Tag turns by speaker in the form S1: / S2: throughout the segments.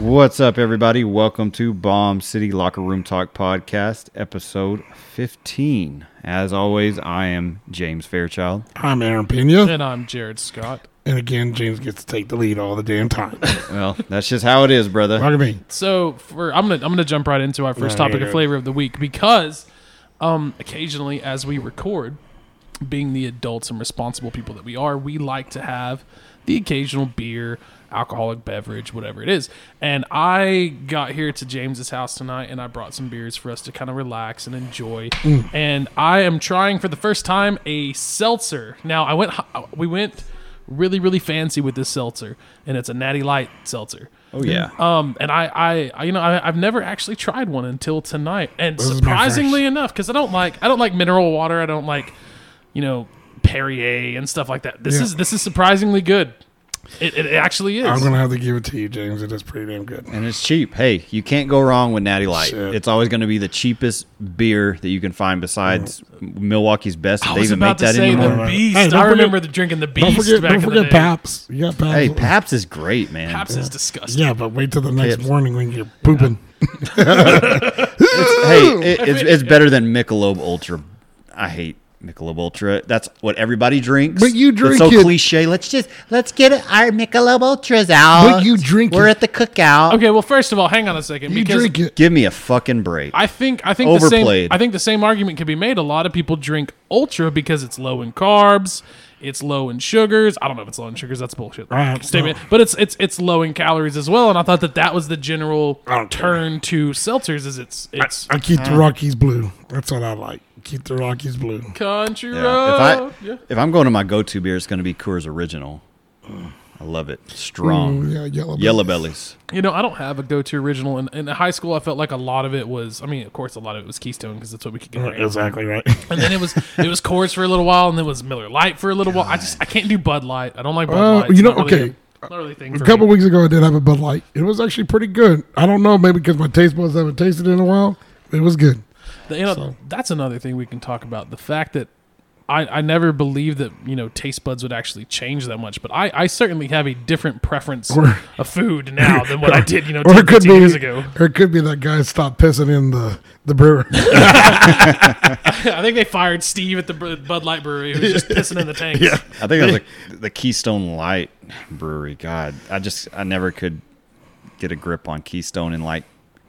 S1: What's up, everybody? Welcome to Bomb City Locker Room Talk Podcast, episode 15. As always, I am James Fairchild.
S2: I'm Aaron Pena,
S3: And I'm Jared Scott.
S2: and again, James gets to take the lead all the damn time.
S1: Well, that's just how it is, brother.
S2: Roger me.
S3: So for I'm gonna I'm gonna jump right into our first
S2: No,
S3: topic
S2: you're
S3: of
S2: good.
S3: flavor of the week because um occasionally as we record, being the adults and responsible people that we are, we like to have the occasional beer, alcoholic beverage, whatever it is. And I got here to James's house tonight and I brought some beers for us to kind of relax and enjoy. And I am trying for the first time a seltzer. Now I went hi- we went really really fancy with this seltzer and it's a natty light seltzer.
S1: Oh, yeah.
S3: Um, and I, I, I you know, I, I've never actually tried one until tonight, and
S2: is my
S3: surprisingly enough, because I don't like, I don't like mineral water. I don't like, you know, Perrier and stuff like that. This
S2: Yeah.
S3: is this is surprisingly good. It, it actually is.
S2: I'm gonna have to give it to you, James. It is pretty damn good.
S1: And it's cheap. Hey, you can't go wrong with Natty Light.
S2: Shit.
S1: It's always going to be the cheapest beer that you can find besides Milwaukee's best. if
S3: I
S1: they
S3: was
S1: even
S3: about
S1: make
S3: to
S1: that
S3: say
S1: anymore.
S3: the
S2: Hey,
S3: beast.
S2: don't
S3: I
S2: forget-
S3: remember the drinking the beast
S2: Don't forget,
S3: back
S2: don't
S3: in the
S2: forget
S3: day.
S2: Paps. You got Paps.
S1: Hey, Paps is great, man.
S3: Paps is disgusting.
S2: Yeah, but wait till the next
S1: Pips.
S2: morning when you're pooping.
S1: hey, it, it's, it's better than Michelob Ultra. I hate Michelob Ultra. That's what everybody drinks.
S2: But you drink
S1: it's so
S2: it.
S1: cliche. Let's just let's get our Michelob Ultras out.
S2: But you drink
S1: We're
S2: it.
S1: at the cookout.
S3: Okay. Well, first of all, hang on a second.
S2: You
S3: because
S2: drink it.
S1: Give me a fucking break.
S3: I think I think the same
S1: Overplayed.
S3: I think the same argument can be made. A lot of people drink ultra because it's low in carbs, it's low in sugars. I don't know if it's low in sugars. That's bullshit
S2: I don't
S3: statement.
S2: know.
S3: But it's it's it's low in calories as well. And I thought that that was the general
S2: I don't care.
S3: turn to seltzers. Is it's it's
S2: I keep the Rockies blue. That's what I like. Keep the Rockies blue.
S3: country
S1: Yeah. If I
S3: road. uh, Yeah.
S1: if I'm going to my go-to beer, it's going to be Coors Original. I love it. Strong.
S2: Ooh, Mm. yeah, yellow.
S1: Yellow bellies.
S3: You know, I don't have a go-to original. In, in high school, I felt like a lot of it was. I mean, of course, a lot of it was Keystone because that's what we could get.
S2: Uh,
S3: our hands on.
S2: Exactly right.
S3: And then it was it was Coors for a little while, and then it was Miller Light for a little while. I just I can't do Bud Light. I don't like Bud
S2: Uh,
S3: Light.
S2: you
S3: It's
S2: know,
S3: not really
S2: okay.
S3: a- not really a thing
S2: a
S3: for
S2: couple
S3: me.
S2: weeks ago, I did have a Bud Light. It was actually pretty good. I don't know, maybe because my taste buds haven't tasted in a while. It was good.
S3: You know,
S2: so-
S3: that's another thing we can talk about. The fact that I, I never believed that you know taste buds would actually change that much, but I, I certainly have a different preference
S2: Or-
S3: of food now than what I did you know
S2: Or
S3: 10,
S2: it could
S3: 15
S2: be,
S3: years ago.
S2: or it could be that guy stopped pissing in the the brewer.
S3: I think they fired Steve at the Br- Bud Light Brewery who was just pissing in the tanks.
S1: I think that was the, the Keystone Light Brewery. God, I just I never could get a grip on Keystone and like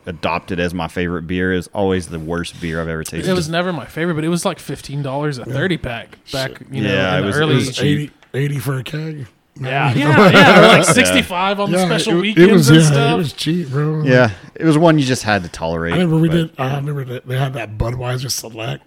S1: adopt it as my favorite beer. Is always the worst beer I've ever tasted.
S3: It was never my favorite, but it was like fifteen dollars a thirty pack back you know
S1: Yeah,
S3: in
S1: it
S3: the
S1: was- it
S3: early
S1: was cheap.
S2: 80, 80 for a keg.
S3: Yeah, yeah, yeah. Or like 65 on the
S2: Yeah,
S3: special
S2: it, it was
S3: weekends and
S2: yeah,
S3: stuff.
S2: it was cheap, bro.
S1: yeah, it was one you just had to tolerate.
S2: I remember we
S1: but-
S2: did. I remember that they had that Budweiser Select.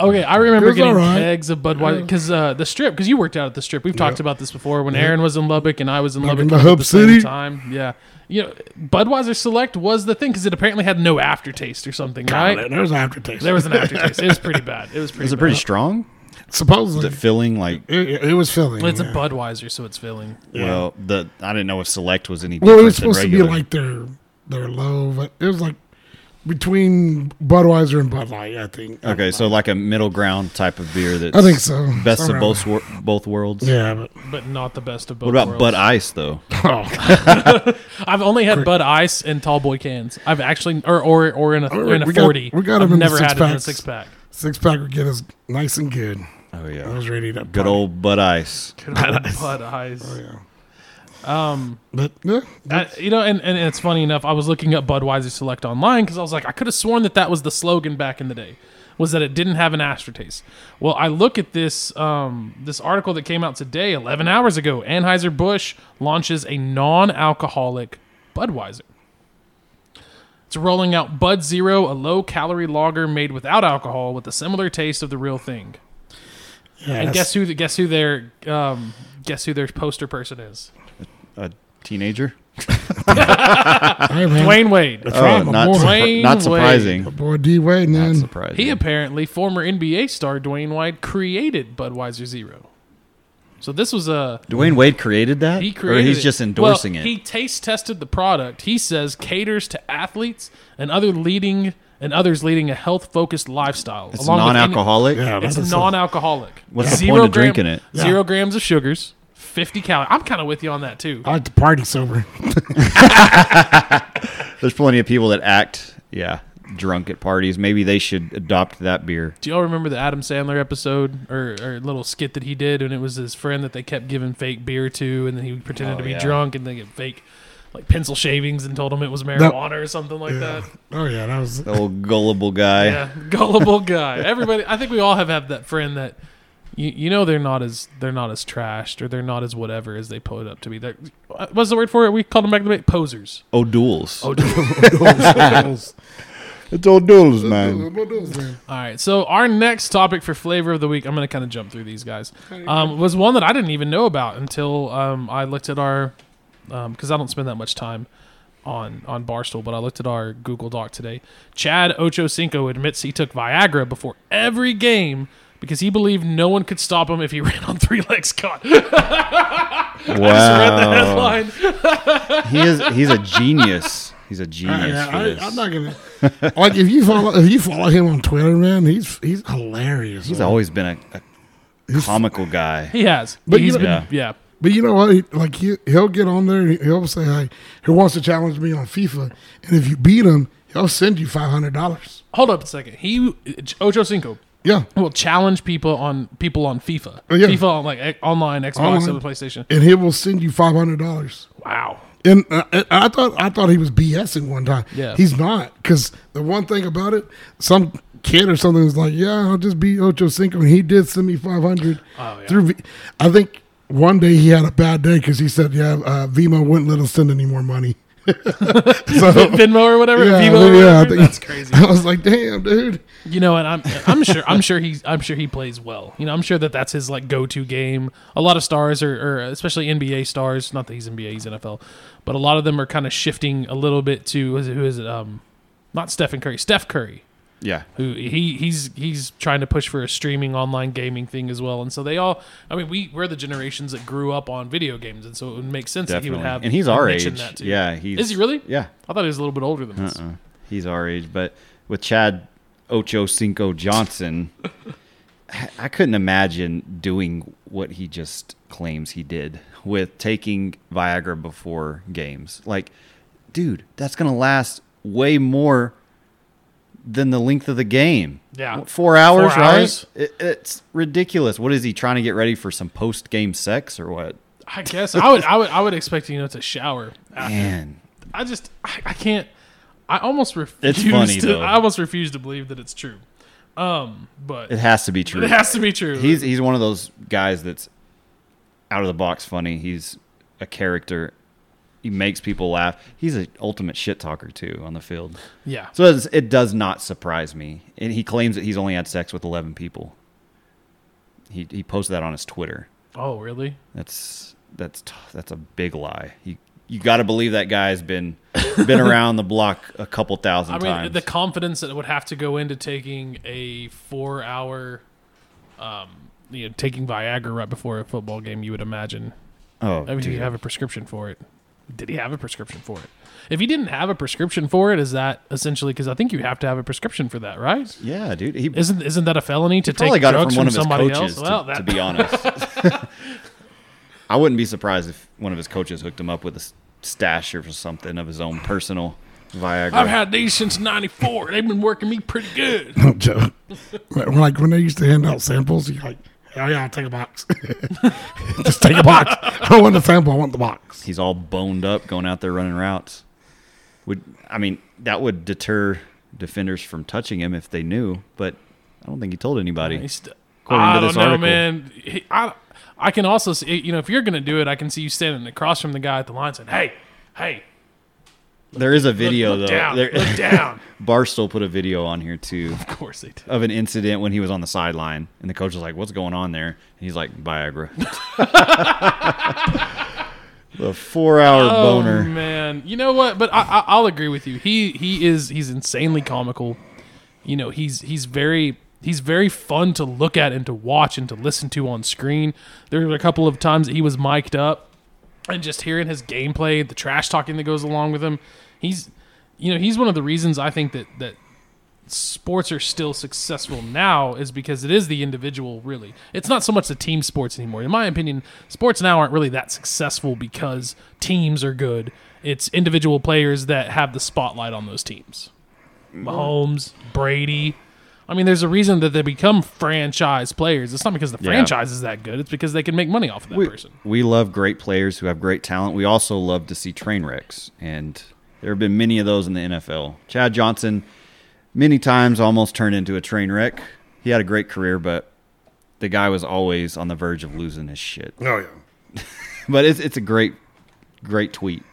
S3: okay, I remember
S2: It was
S3: getting
S2: alright.
S3: kegs of Budweiser because uh, the strip, because you worked out at the strip. We've talked about this before when Aaron was in Lubbock and I was in
S2: Back
S3: Lubbock
S2: in the
S3: at
S2: Hub
S3: same
S2: City.
S3: time. Yeah. You know, Budweiser Select was the thing because it apparently had no aftertaste or something, right?
S2: There was an aftertaste.
S3: There was an aftertaste. It was pretty bad. It was pretty
S1: Is it
S3: bad.
S1: pretty strong?
S2: supposedly
S1: The filling, like,
S2: it, it- it was filling.
S3: It's a
S2: yeah.
S3: Budweiser, so it's filling.
S1: well, the I didn't know if select was any.
S2: Well, it was
S1: different than
S2: supposed to be
S1: regular.
S2: like their their low, but it was like between Budweiser and Bud Light. I think.
S1: Okay, so like a middle ground type of beer that's
S2: I think so.
S1: Best of
S2: Somewhere
S1: both wor- both worlds.
S2: Yeah, but
S3: But not the best of both
S1: What about
S3: worlds.
S1: Bud Ice though?
S2: oh,
S3: I've only had Bud Ice in tall boy cans. I've actually, or or, or in a,
S2: We
S3: in a
S2: got-
S3: 40.
S2: we got
S3: I've
S2: 'em in the
S3: never had it in a
S2: six-packs.
S3: six pack.
S2: six pack would get us nice and good.
S1: Oh
S2: I
S1: yeah,
S2: was ready to
S1: good
S2: party.
S1: old Bud Ice.
S3: Bud Ice.
S2: Yeah.
S3: Um,
S2: But yeah,
S3: I- you know, and, and it's funny enough. I was looking up Budweiser Select online because I was like, I could have sworn that that was the slogan back in the day, was that it didn't have an aftertaste. Well, I look at this um, this article that came out today, 11 hours ago. Anheuser Busch launches a non-alcoholic Budweiser. It's rolling out Bud Zero, a low-calorie lager made without alcohol, with a similar taste of the real thing.
S2: yeah
S3: And
S2: that's-
S3: guess who? Guess who their um, guess who their poster person is?
S1: A teenager.
S2: Hey, man.
S3: Dwayne Wade.
S2: right,
S1: oh,
S2: my
S1: not
S2: boy.
S1: surpri-
S3: Dwayne
S1: not
S3: Wade.
S1: surprising.
S2: boy D Wade,
S1: Not
S2: man.
S1: surprising.
S3: He apparently, former NBA star Dwayne Wade, created Budweiser Zero. So this was a
S1: Dwayne Wade created that,
S3: he created.
S1: or he's
S3: it.
S1: just endorsing
S3: Well,
S1: it.
S3: He taste tested the product. He says caters to athletes and other leading and others leading a health focused lifestyle.
S1: it's
S3: along with any-
S1: non-alcoholic.
S2: Yeah,
S3: it's
S2: that's a-
S3: non-alcoholic.
S1: What's the point of drinking it?
S3: Zero grams of sugars, 50 calories. I'm kind of with you on that too.
S2: I like to party sober.
S1: There's plenty of people that act, yeah, drunk at parties. Maybe they should adopt that beer.
S3: Do y'all remember the Adam Sandler episode or, or little skit that he did and it was his friend that they kept giving fake beer to and then he pretended
S1: Oh,
S3: to be
S1: yeah.
S3: drunk and they get fake like pencil shavings and told him it was marijuana or something like that.
S2: Oh yeah, that was.
S1: The old gullible guy.
S3: Yeah, gullible guy. Everybody, I think we all have had that friend that you, you know they're not as they're not as trashed or they're not as whatever as they pull it up to be. They're, uh, what's the word for it? We called them back in the day posers.
S1: O'Douls.
S3: Oh,
S1: it's O'Douls,
S3: All right, so our next topic for flavor of the week, I'm going to kind of jump through these guys, um, was one that I didn't even know about until um, I looked at our, because I don't spend that much time on on Barstool, but I looked at our Google Doc today. Chad Ochocinco admits he took Viagra before every game because he believed no one could stop him if he ran on three legs caught.
S2: Oh.
S1: Wow.
S3: Headline.
S1: he is he's a genius. He's a genius
S2: Yeah,
S1: for this.
S2: I, I'm not gonna like if you follow if you follow him on Twitter, man. He's he's hilarious.
S1: he's
S2: man.
S1: always been a, a comical guy.
S3: He has,
S2: But
S3: he's
S2: you
S3: been,
S1: know-
S3: yeah.
S2: But you know what? He, like he, he'll get on there. And he'll say, "Hey, who wants to challenge me on FIFA?" And if you beat him, he'll send you five hundred dollars.
S3: Hold up a second. He Ochocinco
S2: Yeah,
S3: will challenge people on people on FIFA,
S2: Oh, yeah.
S3: FIFA on like e- online, Xbox,
S2: Online.
S3: and PlayStation.
S2: and he will send you five hundred dollars.
S3: Wow.
S2: And uh, and I thought I thought he was BSing one time.
S3: Yeah.
S2: he's not because the one thing about it, some kid or something was like, "Yeah, I'll just beat Ocho Cinco," and he did send me five hundred.
S3: Oh, yeah.
S2: Through, v- I think one day he had a bad day because he said, "Yeah, uh, Vimo wouldn't let us send any more money." so.
S3: Venmo or whatever.
S2: Yeah,
S3: Vivo or
S2: yeah, I
S3: whatever?
S2: think-
S3: That's crazy.
S2: I was like, "Damn, dude."
S3: You know, and I'm I'm sure I'm sure he I'm sure he plays well. You know, I'm sure that that's his like go to game. A lot of stars are, are especially NBA stars. Not that he's NBA, he's NFL, but a lot of them are kind of shifting a little bit to who is it, who is it? Um, not Stephen Curry, Steph Curry.
S1: Yeah.
S3: who he he's he's trying to push for a streaming online gaming thing as well and so they all i mean we we're the generations that grew up on video games and so it would make sense that he
S1: Definitely.
S3: would have
S1: and he's our
S3: mentioned
S1: age.
S3: that too.
S1: Yeah, he's
S3: is he really
S1: Yeah.
S3: i thought he was a little bit older than us
S1: Uh-uh. He's our age, but with Chad Ocho Cinco Johnson, I- I couldn't imagine doing what he just claims he did with taking Viagra before games. Like, dude, that's gonna last way more than the length of the game.
S3: Yeah.
S1: What, four hours,
S3: Four
S1: right?
S3: hours?
S1: It, it's ridiculous. What is he trying to get ready for? Some post-game sex or what?
S3: i guess i would i would i would expect you know to shower after.
S1: Man,
S3: i just I, I can't i almost refuse
S1: It's funny,
S3: to
S1: though.
S3: i almost refuse to believe that it's true um but
S1: it
S3: it,
S1: has to be true.
S3: has to be true
S1: He's he's one of those guys that's out of the box funny. He's a character. He makes people laugh. He's an ultimate shit talker too on the field.
S3: yeah
S1: So it's, it does not surprise me. And he claims that he's only had sex with eleven people. He he posted that on his Twitter.
S3: oh really
S1: That's that's t- that's a big lie. You you got to believe that guy's been been around the block a couple thousand
S3: I mean,
S1: times.
S3: the confidence that would have to go into taking a four-hour, um, you know, taking Viagra right before a football game. You would imagine.
S1: oh,
S3: I mean, do
S1: dude.
S3: you have a prescription for it? Did he have a prescription for it? If he didn't have a prescription for it, is that essentially because I think you have to have a prescription for that, right?
S1: yeah, dude. He
S3: Isn't isn't that a felony to
S1: probably
S3: take
S1: got it
S3: drugs
S1: from one of his
S3: somebody
S1: coaches.
S3: else?
S1: To,
S3: well,
S1: to
S3: that,
S1: be honest, I wouldn't be surprised if one of his coaches hooked him up with a s- stash or something of his own personal Viagra.
S3: I've had these since '94. They've been working me pretty good.
S2: No joke. Like, when- like when they used to hand out samples, you're like, "Oh yeah, I'll take a box. Just take a box. I don't want the sample. I want the box."
S1: He's all boned up going out there running routes. Would I mean that would deter defenders from touching him if they knew, but I don't think he told anybody.
S3: He's st-
S1: According
S3: I
S1: to
S3: don't
S1: this
S3: know,
S1: article.
S3: man. He- I, I can also see, you know, if you're going to do it, I can see you standing across from the guy at the line saying, hey, hey,
S1: there is a video
S3: look
S1: though.
S3: down,
S1: There-
S3: look down.
S1: Barstool put a video on here too.
S3: Of course they did.
S1: of an incident when he was on the sideline, and the coach was like, "What's going on there?" And he's like, "Viagra." the four-hour
S3: Oh,
S1: boner.
S3: man. You know what? But I, I, I'll agree with you. He he is, he's insanely comical. You know, he's he's very he's very fun to look at and to watch and to listen to on screen. There were a couple of times that he was mic'd up and just hearing his gameplay, the trash talking that goes along with him, he's you know, he's one of the reasons I think that that sports are still successful now is because it is the individual really. It's not so much the team sports anymore. In my opinion, sports now aren't really that successful because teams are good. It's individual players that have the spotlight on those teams. Mahomes, Brady. I mean, there's a reason that they become franchise players. It's not because the
S1: Yeah.
S3: franchise is that good. It's because they can make money off of that
S1: we,
S3: person.
S1: we love great players who have great talent. We also love to see train wrecks, and there have been many of those in the NFL. Chad Johnson, many times, almost turned into a train wreck. He had a great career, but the guy was always on the verge of losing his shit.
S2: Oh yeah.
S1: But it's it's a great, great tweet.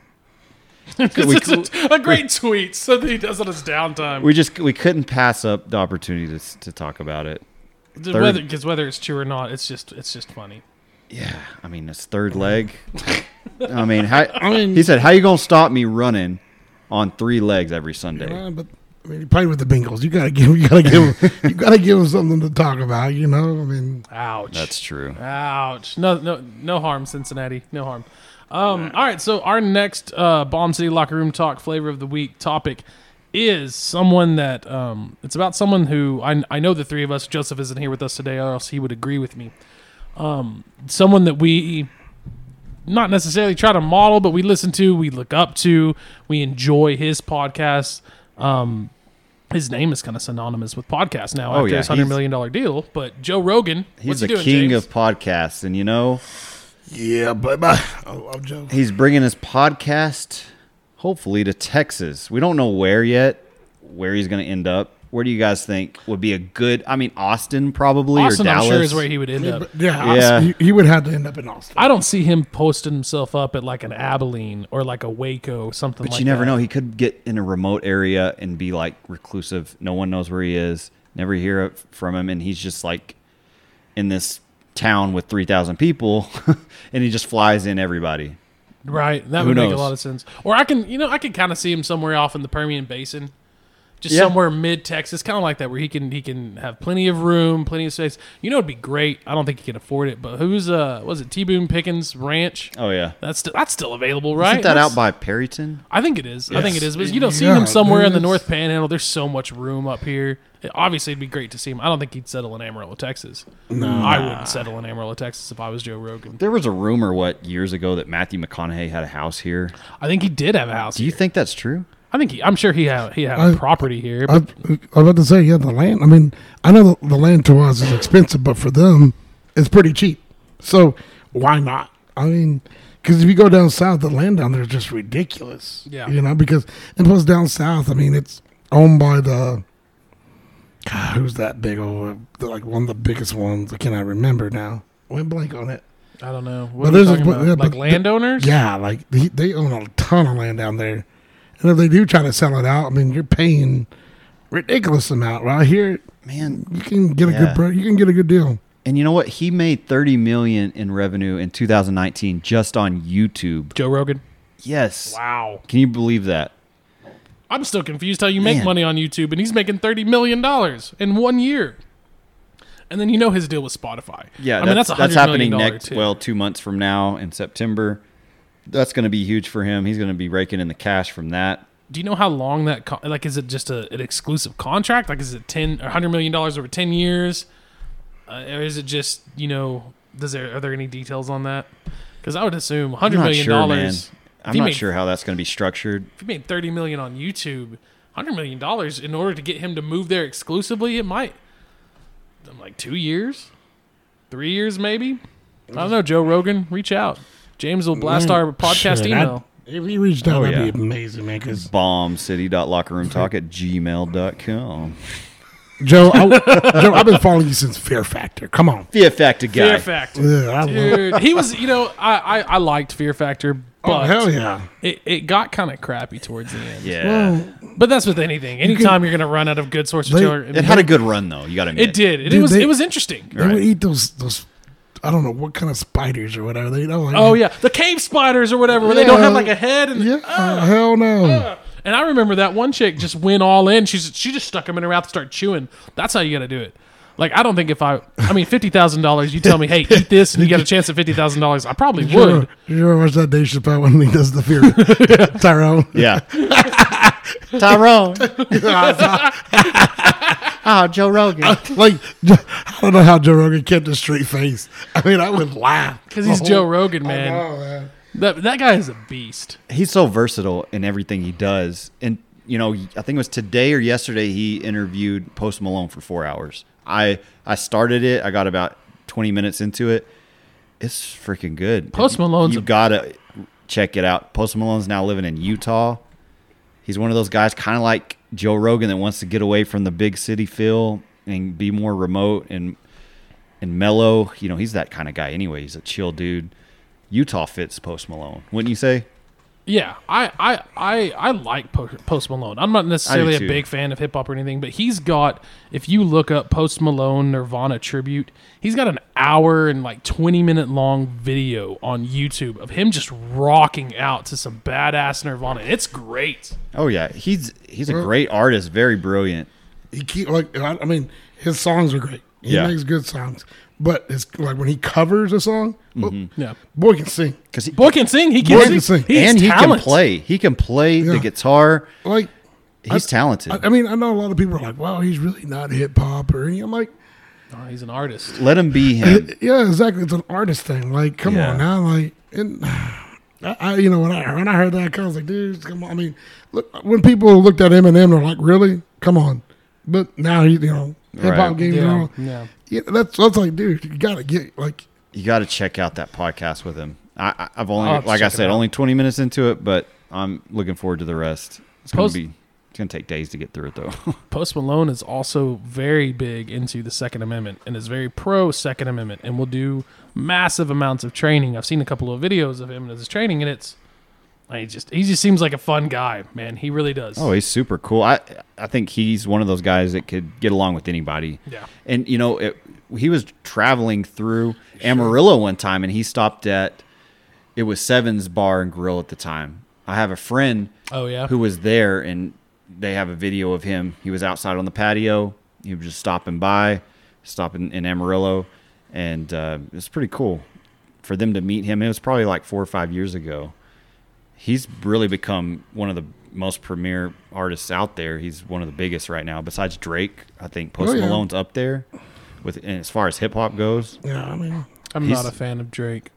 S1: we-
S3: It's a, a great tweet. So that he does on his downtime.
S1: We just we couldn't pass up the opportunity to s- to talk about it.
S3: Because
S1: third-
S3: whether, 'cause whether it's true or not, it's just it's just funny.
S1: Yeah, I mean his
S3: Mm-hmm.
S1: third leg. I mean, how,
S2: mean-
S1: he said, "How you gonna stop me running on three legs every Sunday?"
S2: Uh, but I mean, he played with the Bengals. You gotta give. You gotta give. him- you gotta give him something to talk about. You know. I mean,
S3: Ouch.
S1: That's true.
S3: Ouch. No, no, no harm, Cincinnati. No harm. Um, All right. So our next uh, Bomb City locker room talk flavor of the week topic is someone that um, it's about someone who I, I know the three of us. Joseph isn't here with us today, or else he would agree with me. Um, someone that we not necessarily try to model, but we listen to, we look up to, we enjoy his podcast. Um, his name is kind of synonymous with podcast now
S1: Oh,
S3: after
S1: yeah,
S3: his hundred
S1: he's-
S3: million dollar deal. But Joe Rogan,
S1: He's
S3: what's he
S1: the
S3: doing,
S1: king
S3: James?
S1: of podcasts, and you know
S2: yeah, but oh, but I love Joe.
S1: he's bringing his podcast, hopefully, to Texas. We don't know where yet, where he's going to end up. Where do you guys think would be a good? I mean, Austin probably
S3: Austin,
S1: or Dallas.
S3: I'm sure, is where he would end
S2: Yeah,
S3: up.
S2: but,
S1: Yeah.
S2: yeah, Austin, he, he would have to end up in Austin.
S3: I don't see him posting himself up at like an Abilene or like a Waco, something
S1: but
S3: like
S1: you never
S3: that.
S1: know. He could get in a remote area and be like reclusive. No one knows where he is. Never hear it from him, and he's just like in this town with three thousand people, and he just flies in everybody.
S3: Right. That
S1: Who
S3: would make a
S1: knows?
S3: lot of sense. Or I can, you know, I can kind of see him somewhere off in the Permian Basin. Just
S1: Yeah.
S3: somewhere mid Texas, kind of like that, where he can he can have plenty of room, plenty of space. You know, it'd be great. I don't think he can afford it, but who's uh, was it T Boone Pickens Ranch?
S1: Oh yeah,
S3: That's st- that's still available, right?
S1: isn't that
S3: That's-
S1: out by Perryton?
S3: I think it is. I think it
S1: Yes.
S3: is. But you don't see
S2: Yeah,
S3: him somewhere in the
S2: there's-
S3: North Panhandle. There's so much room up here. It- obviously, it'd be great to see him. I don't think he'd settle in Amarillo, Texas. No, I wouldn't settle in Amarillo, Texas, if I was Joe Rogan.
S1: There was a rumor what years ago that Matthew McConaughey had a house here.
S3: I think he did have a house.
S1: Do you
S3: here.
S1: think that's true?
S3: I think he. I'm sure he had he had
S2: I-
S3: property here.
S2: I, I
S3: But
S2: was about to say, yeah, the land. I mean, I know the, the land to us is expensive, but for them, it's pretty cheap. So why not? I mean, because if you go down south, the land down there is just ridiculous.
S3: Yeah.
S2: you know, because and plus down south, I mean, it's owned by the. God, who's that big old? the- Like one of the biggest ones. I cannot remember now. Went blank on it.
S3: I, don't know.
S2: But
S3: What are we
S2: there's a-
S3: talking
S2: but-
S3: about?
S2: yeah,
S3: like
S2: but-
S3: landowners?
S2: Yeah, like they, they own a ton of land down there, and if they do try to sell it out, I mean, you're paying ridiculous amount right here.
S1: Man,
S2: You can get a
S1: Yeah.
S2: good good. You can get a good deal.
S1: and you know what? He made 30 million in revenue in 2019 just on YouTube.
S3: Joe Rogan.
S1: Yes.
S3: Wow.
S1: Can you believe that?
S3: I'm still confused how you make
S1: Man.
S3: money on YouTube, and he's making thirty million dollars in one year. And then you know his deal with Spotify.
S1: Yeah,
S3: I mean that's, a
S1: that's
S3: hundred
S1: happening
S3: million dollar
S1: next
S3: too.
S1: well, 2 months from now in September. That's going to be huge for him. He's going to be raking in the cash from that.
S3: Do you know how long that con- like is it just a, an exclusive contract? Like is it 10 or 100 million dollars over 10 years? Uh, or is it just, you know, does there are there any details on that? Cuz I would assume 100
S1: I'm not
S3: million
S1: sure,
S3: dollars.
S1: man. I'm
S3: he
S1: not
S3: made-
S1: sure how that's going to be structured.
S3: If you made 30 million on YouTube, 100 million dollars in order to get him to move there exclusively, it might I'm like 2 years? 3 years maybe? I don't know, Joe Rogan, reach out. James will blast our podcast
S2: Mm. Shit, I'd-
S3: email.
S2: if he reached out,
S1: Oh,
S2: that'd be
S1: yeah.
S2: amazing, man. Because
S1: Bombcity.lockerroomtalk at gmail.com.
S2: Joe, I, Joe, I've been following you since Fear Factor. Come on,
S1: Fear Factor guy.
S3: Fear Factor.
S2: Ugh, I love.
S3: Dude, he was, you know, I, I, I liked Fear Factor,
S2: Oh
S3: but
S2: hell yeah!
S3: it, it got kind of crappy towards the end.
S1: Yeah.
S2: Well,
S3: But that's with anything. Anytime you are going to run out of good source
S2: They-
S3: material.
S1: it had a good run, though. You got to admit.
S3: It did. It,
S2: Dude,
S3: was
S2: they-
S3: it was interesting.
S2: they would eat those those. I don't know what kind of spiders or whatever they know.
S3: Oh yeah, the cave spiders or whatever, where they don't have
S2: Yeah.
S3: like a head and
S2: yeah. uh, hell no.
S3: Uh, and I remember that one chick just went all in. She's she just stuck them in her mouth and started chewing. That's how you got to do it. Like I don't think if I, I mean fifty thousand dollars, you tell me, hey, eat this, and you got a chance at fifty thousand dollars, I probably
S2: Sure.
S3: would.
S2: You ever watch that Dave Chappelle when he does the fear Tyrone?
S1: Yeah. Tyrone. oh, Joe Rogan.
S2: like, I don't know how Joe Rogan kept a straight face. I mean, I would laugh
S3: because he's Joe Rogan, man.
S2: Oh, I know, man.
S3: That that guy is a beast.
S1: he's so versatile in everything he does. And you know, I think it was today or yesterday he interviewed Post Malone for four hours. I I started it. I got about twenty minutes into it. It's freaking good.
S3: Post
S1: Malone,
S3: Malone's
S1: you
S3: a-
S1: gotta check it out. Post Malone's now living in Utah. He's one of those guys, kind of like Joe Rogan, that wants to get away from the big city feel and be more remote and and mellow. You know, he's that kind of guy anyway. He's a chill dude. Utah fits Post Malone, wouldn't you say?
S3: Yeah, I I I, I like Po- Post Malone. I'm not necessarily a
S1: too.
S3: big fan of hip hop or anything, but he's got if you look up Post Malone Nirvana tribute, he's got an hour and like 20 minute long video on YouTube of him just rocking out to some badass Nirvana. It's great.
S1: Oh yeah, he's he's a great artist, very brilliant.
S2: he keep like I I mean his songs are great. He
S1: Yeah.
S2: makes good songs, but it's like when he covers a song, oh,
S3: Yeah.
S2: boy can sing.
S1: Cause he,
S3: Boy can sing. He can,
S2: Boy
S3: sing.
S2: can sing.
S3: He
S1: and
S3: is
S1: he can
S3: talent.
S1: play. He can play the
S2: Yeah.
S1: guitar.
S2: Like
S1: He's talented.
S2: I, I mean, I know a lot of people are like, "Wow, he's really not hip hop," or anything. I'm like,
S3: Oh, he's an artist.
S1: Let him be him.
S2: "Yeah, exactly. It's an artist thing. Like, come
S1: Yeah.
S2: on now. Like, and I, I, you know, when I when I heard that, I was like, dude, come on. I mean, look, when people looked at Eminem, they're like, really, come on. But now he, you know, hip hop
S1: Right.
S2: games are
S3: Yeah.
S2: all.
S3: Yeah.
S2: Yeah, that's that's like, dude, you gotta get like
S1: You got to check out that podcast with him. I, I- I've only,
S3: I'll have to
S1: like I
S3: check it
S1: said,
S3: out.
S1: only twenty minutes into it, but I'm looking forward to the rest. It's gonna
S3: Post-
S1: be. It's gonna take days to get through it though.
S3: Post Malone is also very big into the Second Amendment and is very pro Second Amendment and will do massive amounts of training. I've seen a couple of videos of him and his training, and it's I just he just seems like a fun guy, man. He really does.
S1: oh, he's super cool. I I think he's one of those guys that could get along with anybody.
S3: yeah,
S1: And you know, it, he was traveling through Amarillo one time, and he stopped at it was Seven's Bar and Grill at the time. I have a friend
S3: oh yeah.
S1: who was there, and they have a video of him. He was outside on the patio. He was just stopping by, stopping in Amarillo, and uh, it was pretty cool for them to meet him. It was probably like four or five years ago. He's really become one of the most premier artists out there. He's one of the biggest right now. Besides Drake, I think Post
S2: Oh, yeah.
S1: Malone's up there with and as far as hip hop goes.
S2: yeah, I mean
S3: I'm
S1: he's-
S3: not a fan of Drake.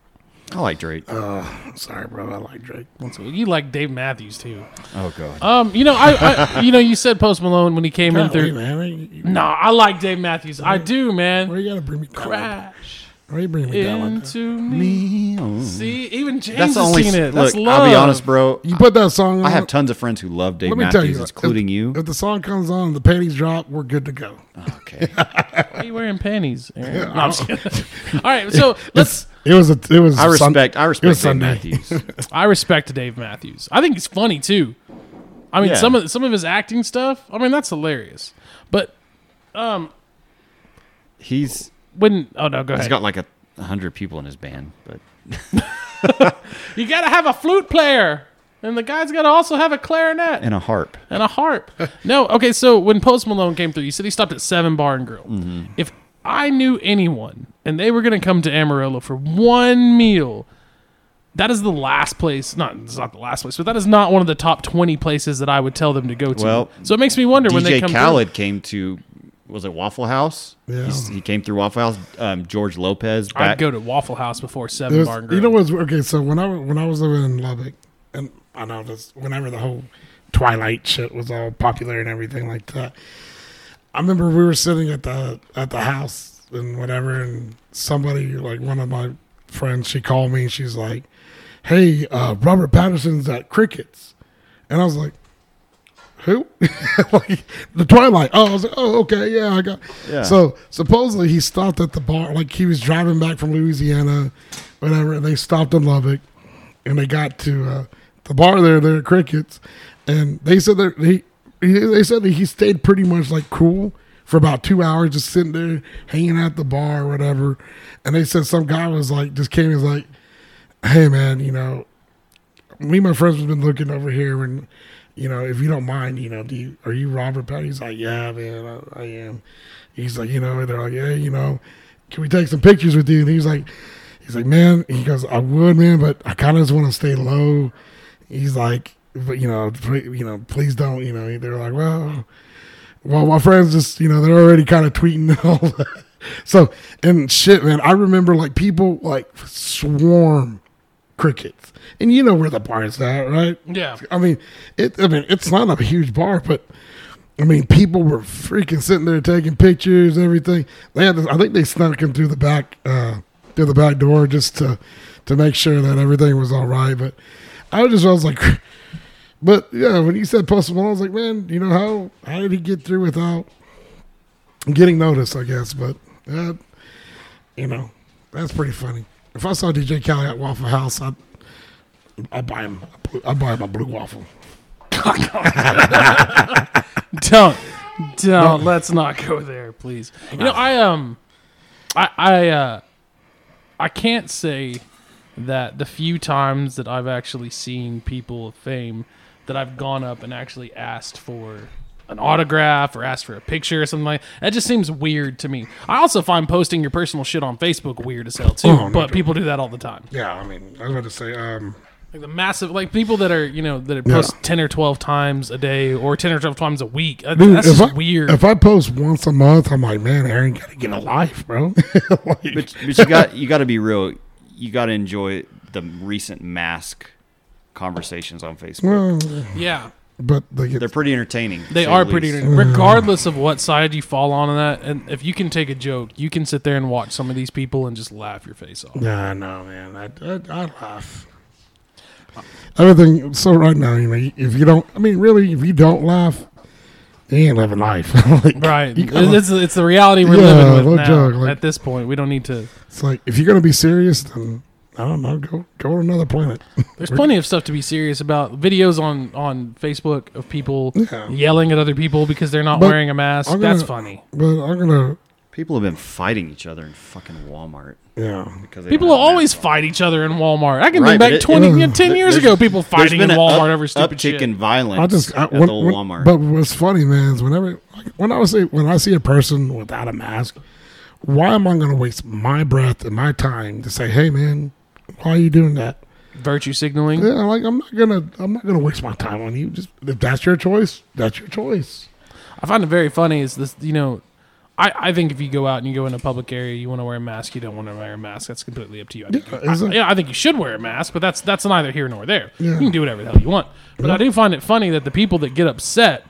S1: I like Drake.
S3: Uh,
S2: sorry bro, I like Drake.
S3: So you like Dave Matthews too.
S1: oh god.
S3: Um, you know I, I you know you said Post Malone when he came in
S2: Golly,
S3: through.
S2: man, I mean, you-
S3: No, I like Dave Matthews. I do,
S2: Why
S3: man.
S2: you gotta bring me down? like that?
S3: Crash
S2: Why you bring me down? Like that?
S3: into me. See, even James
S1: That's the
S3: has
S1: only.
S3: seen
S1: Look,
S3: it. That's love.
S1: I'll be honest, bro.
S2: You put that song. on,
S1: I have tons of friends who love Dave
S2: Mm-hmm. Let me
S1: Matthews,
S2: tell you, uh,
S1: including
S2: if,
S1: you.
S2: If the song comes on, the panties drop, we're good to go.
S1: Okay.
S3: Why are you wearing panties? Aaron? No, I'm just kidding. All right, so let's.
S2: It was a. It was.
S1: I
S2: a Sun-
S1: respect. I
S2: it
S1: respect
S2: was
S1: Dave
S2: Sunday.
S1: Matthews.
S3: I respect Dave Matthews. I think he's funny too. I mean,
S1: Yeah.
S3: some of some of his acting stuff. I mean, that's hilarious. But
S1: He's
S3: when oh no, go
S1: he's
S3: ahead.
S1: got like a hundred people in his band, but
S3: you gotta have a flute player, and the guy's gotta also have a clarinet
S1: and a harp.
S3: and a harp. no, okay. So when Post Malone came through, you said he stopped at Seven Bar and Grill.
S1: Mm-hmm.
S3: If I knew anyone and they were going to come to Amarillo for one meal, that is the last place. Not it's not the last place, but that is not one of the top twenty places that I would tell them to go to.
S1: Well,
S3: so it makes me wonder when they
S1: DJ
S3: come.
S1: Khaled came to was it Waffle House?
S2: Yeah.
S1: He's- he came through Waffle House. Um, George Lopez.
S3: through, I'd
S1: back-
S3: go to Waffle House before
S2: It
S3: Seven
S2: was-
S3: Bar and Grill.
S2: you know what's okay? So when I when I was living in Lubbock, and I know this, whenever the whole Twilight shit was all popular and everything like that, I remember we were sitting at the at the house and whatever, and somebody like one of my friends, she called me and she's like, "Hey, uh, Robert Patterson's at Crickets," and I was like. Who? like the Twilight. Oh, I was like, oh, okay, yeah, I got.
S1: Yeah.
S2: So supposedly he stopped at the bar, like he was driving back from Louisiana, whatever. And they stopped in Lubbock, and they got to uh, the bar there, there at Crickets, and they said that he, he, they said that he stayed pretty much like cool for about two hours, just sitting there hanging out at the bar or whatever. And they said some guy was like, just came and was like, hey man, you know, me and my friends have been looking over here, and you know, if you don't mind, you know, do you are you Robert Patty? He's like, yeah, man, I, I am. He's like, you know, and they're like, yeah, you know, can we take some pictures with you? And he's like, he's like, man, he goes, I would, man, but I kind of just want to stay low. He's like, but you know, pl- you know, please don't. You know, they're like, well, well, my friends just, you know, they're already kind of tweeting and all that. So and shit, man, I remember like people like swarm crickets, and you know where the bar's at, right?
S3: Yeah.
S2: I mean, it. I mean, it's not a huge bar, but I mean, people were freaking sitting there taking pictures, everything. They had. This, I think they snuck him through the back, uh, through the back door just to to make sure that everything was all right. But I was just, I was like, but yeah, when you said Post Malone, I was like, man, you know how how did he get through without getting noticed? I guess, but uh, you know, that's pretty funny. If I saw DJ Cali at Waffle House, I'd I'd buy him. a blue- I'd buy him a blue waffle.
S3: don't don't let's not go there please you know i um i i uh i can't say that the few times that i've actually seen people of fame that i've gone up and actually asked for an autograph or asked for a picture or something like that just seems weird to me i also find posting your personal shit on facebook weird as hell too
S2: Oh, no
S3: but
S2: doubt.
S3: people do that all the time
S2: Yeah, I mean, I was about to say, um,
S3: like the massive like people that are you know that post 10 or 12 times a day or 10 or 12 times a week Uh,
S2: dude,
S3: that's
S2: if
S3: just
S2: I,
S3: weird
S2: If I post once a month, I'm like, man, Aaron gotta get a life, bro. Like,
S1: But, but you got you got to be real. You got to enjoy the recent mask conversations on Facebook.
S2: well,
S3: yeah
S2: but they get
S1: They're pretty entertaining. to
S3: They
S1: say
S3: are
S1: the
S3: pretty,
S1: least.
S3: regardless of what side you fall on in that. And if you can take a joke, you can sit there and watch some of these people and just laugh your face off.
S2: Nah, no, man. I, I, I laugh. Everything. So right now, you know, if you don't, I mean, really, if you don't laugh, you ain't living life. Like,
S3: Right?
S2: you gotta-
S3: It's, it's the reality we're
S2: Yeah,
S3: living
S2: no
S3: with now.
S2: joke, like-
S3: At this point, we don't need to.
S2: it's like if you're gonna be serious, then I don't know, go go to another planet.
S3: There's plenty of stuff to be serious about. Videos on on Facebook of people
S2: Yeah.
S3: yelling at other people because they're not
S2: But
S3: wearing a mask.
S2: I'm
S3: That's
S2: gonna-
S3: funny.
S2: But I'm gonna,
S1: People have been fighting each other in fucking Walmart
S2: yeah.
S1: because they
S3: People
S1: don't
S3: will
S1: have
S3: always
S1: masks on.
S3: fight each other in Walmart. I can
S1: Right,
S3: think
S1: but
S3: back
S1: it-
S3: 20,
S2: it-
S3: yeah, 10 years
S1: There's-
S3: ago, people
S1: There's
S3: fighting in
S1: been an
S3: Walmart
S1: up-
S3: over stupid
S1: uptick
S3: shit.
S1: and violence
S2: I just I,
S1: at
S2: when,
S1: the
S2: when-
S1: Walmart.
S2: But what's funny, man, is whenever like, when I see when I see a person without a mask, why am I going to waste my breath and my time to say, "Hey, man, why are you doing that?"
S3: Virtue signaling.
S2: Yeah, like I'm not gonna I'm not gonna waste my time on you. Just if that's your choice, that's your choice.
S3: I find it very funny is this, you know, I, I think if you go out and you go in a public area, you want to wear a mask, you don't want to wear a mask. That's completely up to you. I think,
S2: Yeah, is
S3: I,
S2: it-
S3: yeah, I think you should wear a mask, but that's that's neither here nor there.
S2: Yeah.
S3: You can do whatever the hell you want. But I do find it funny that the people that get upset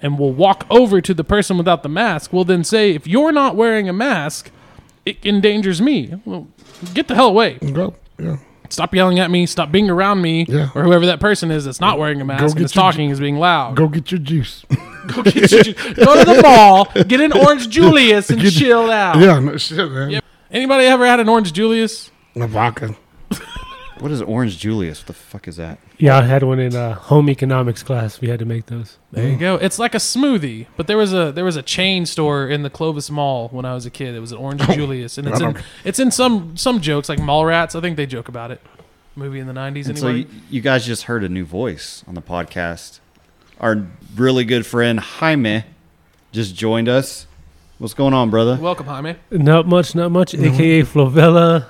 S3: and will walk over to the person without the mask will then say, if you're not wearing a mask, it endangers me. Well, get the hell away.
S2: Go, yeah,
S3: Stop yelling at me. Stop being around me
S2: Yeah.
S3: or whoever that person is that's not wearing a mask
S2: get
S3: and is
S2: your-
S3: talking, is being loud
S2: go get your juice.
S3: go to the mall, get an orange Julius, and
S2: Get-
S3: chill out.
S2: yeah, no shit, man.
S3: Yep. Anybody ever had an orange Julius?
S2: The vodka.
S1: what is Orange Julius? What the fuck is that?
S4: Yeah, I had one in uh, home economics class. We had to make those.
S3: There you go. It's like a smoothie, but there was a there was a chain store in the Clovis Mall when I was a kid. It was an orange
S2: Oh.
S3: Julius, and it's in
S2: okay.
S3: it's in some some jokes like Mallrats. I think they joke about it. Movie in the nineties.
S1: And so
S3: Anybody?
S1: you, you guys just heard a new voice on the podcast. Our really good friend Jaime just joined us. What's going on, brother?
S3: Welcome, Jaime.
S4: Not much, not much. AKA Flovella.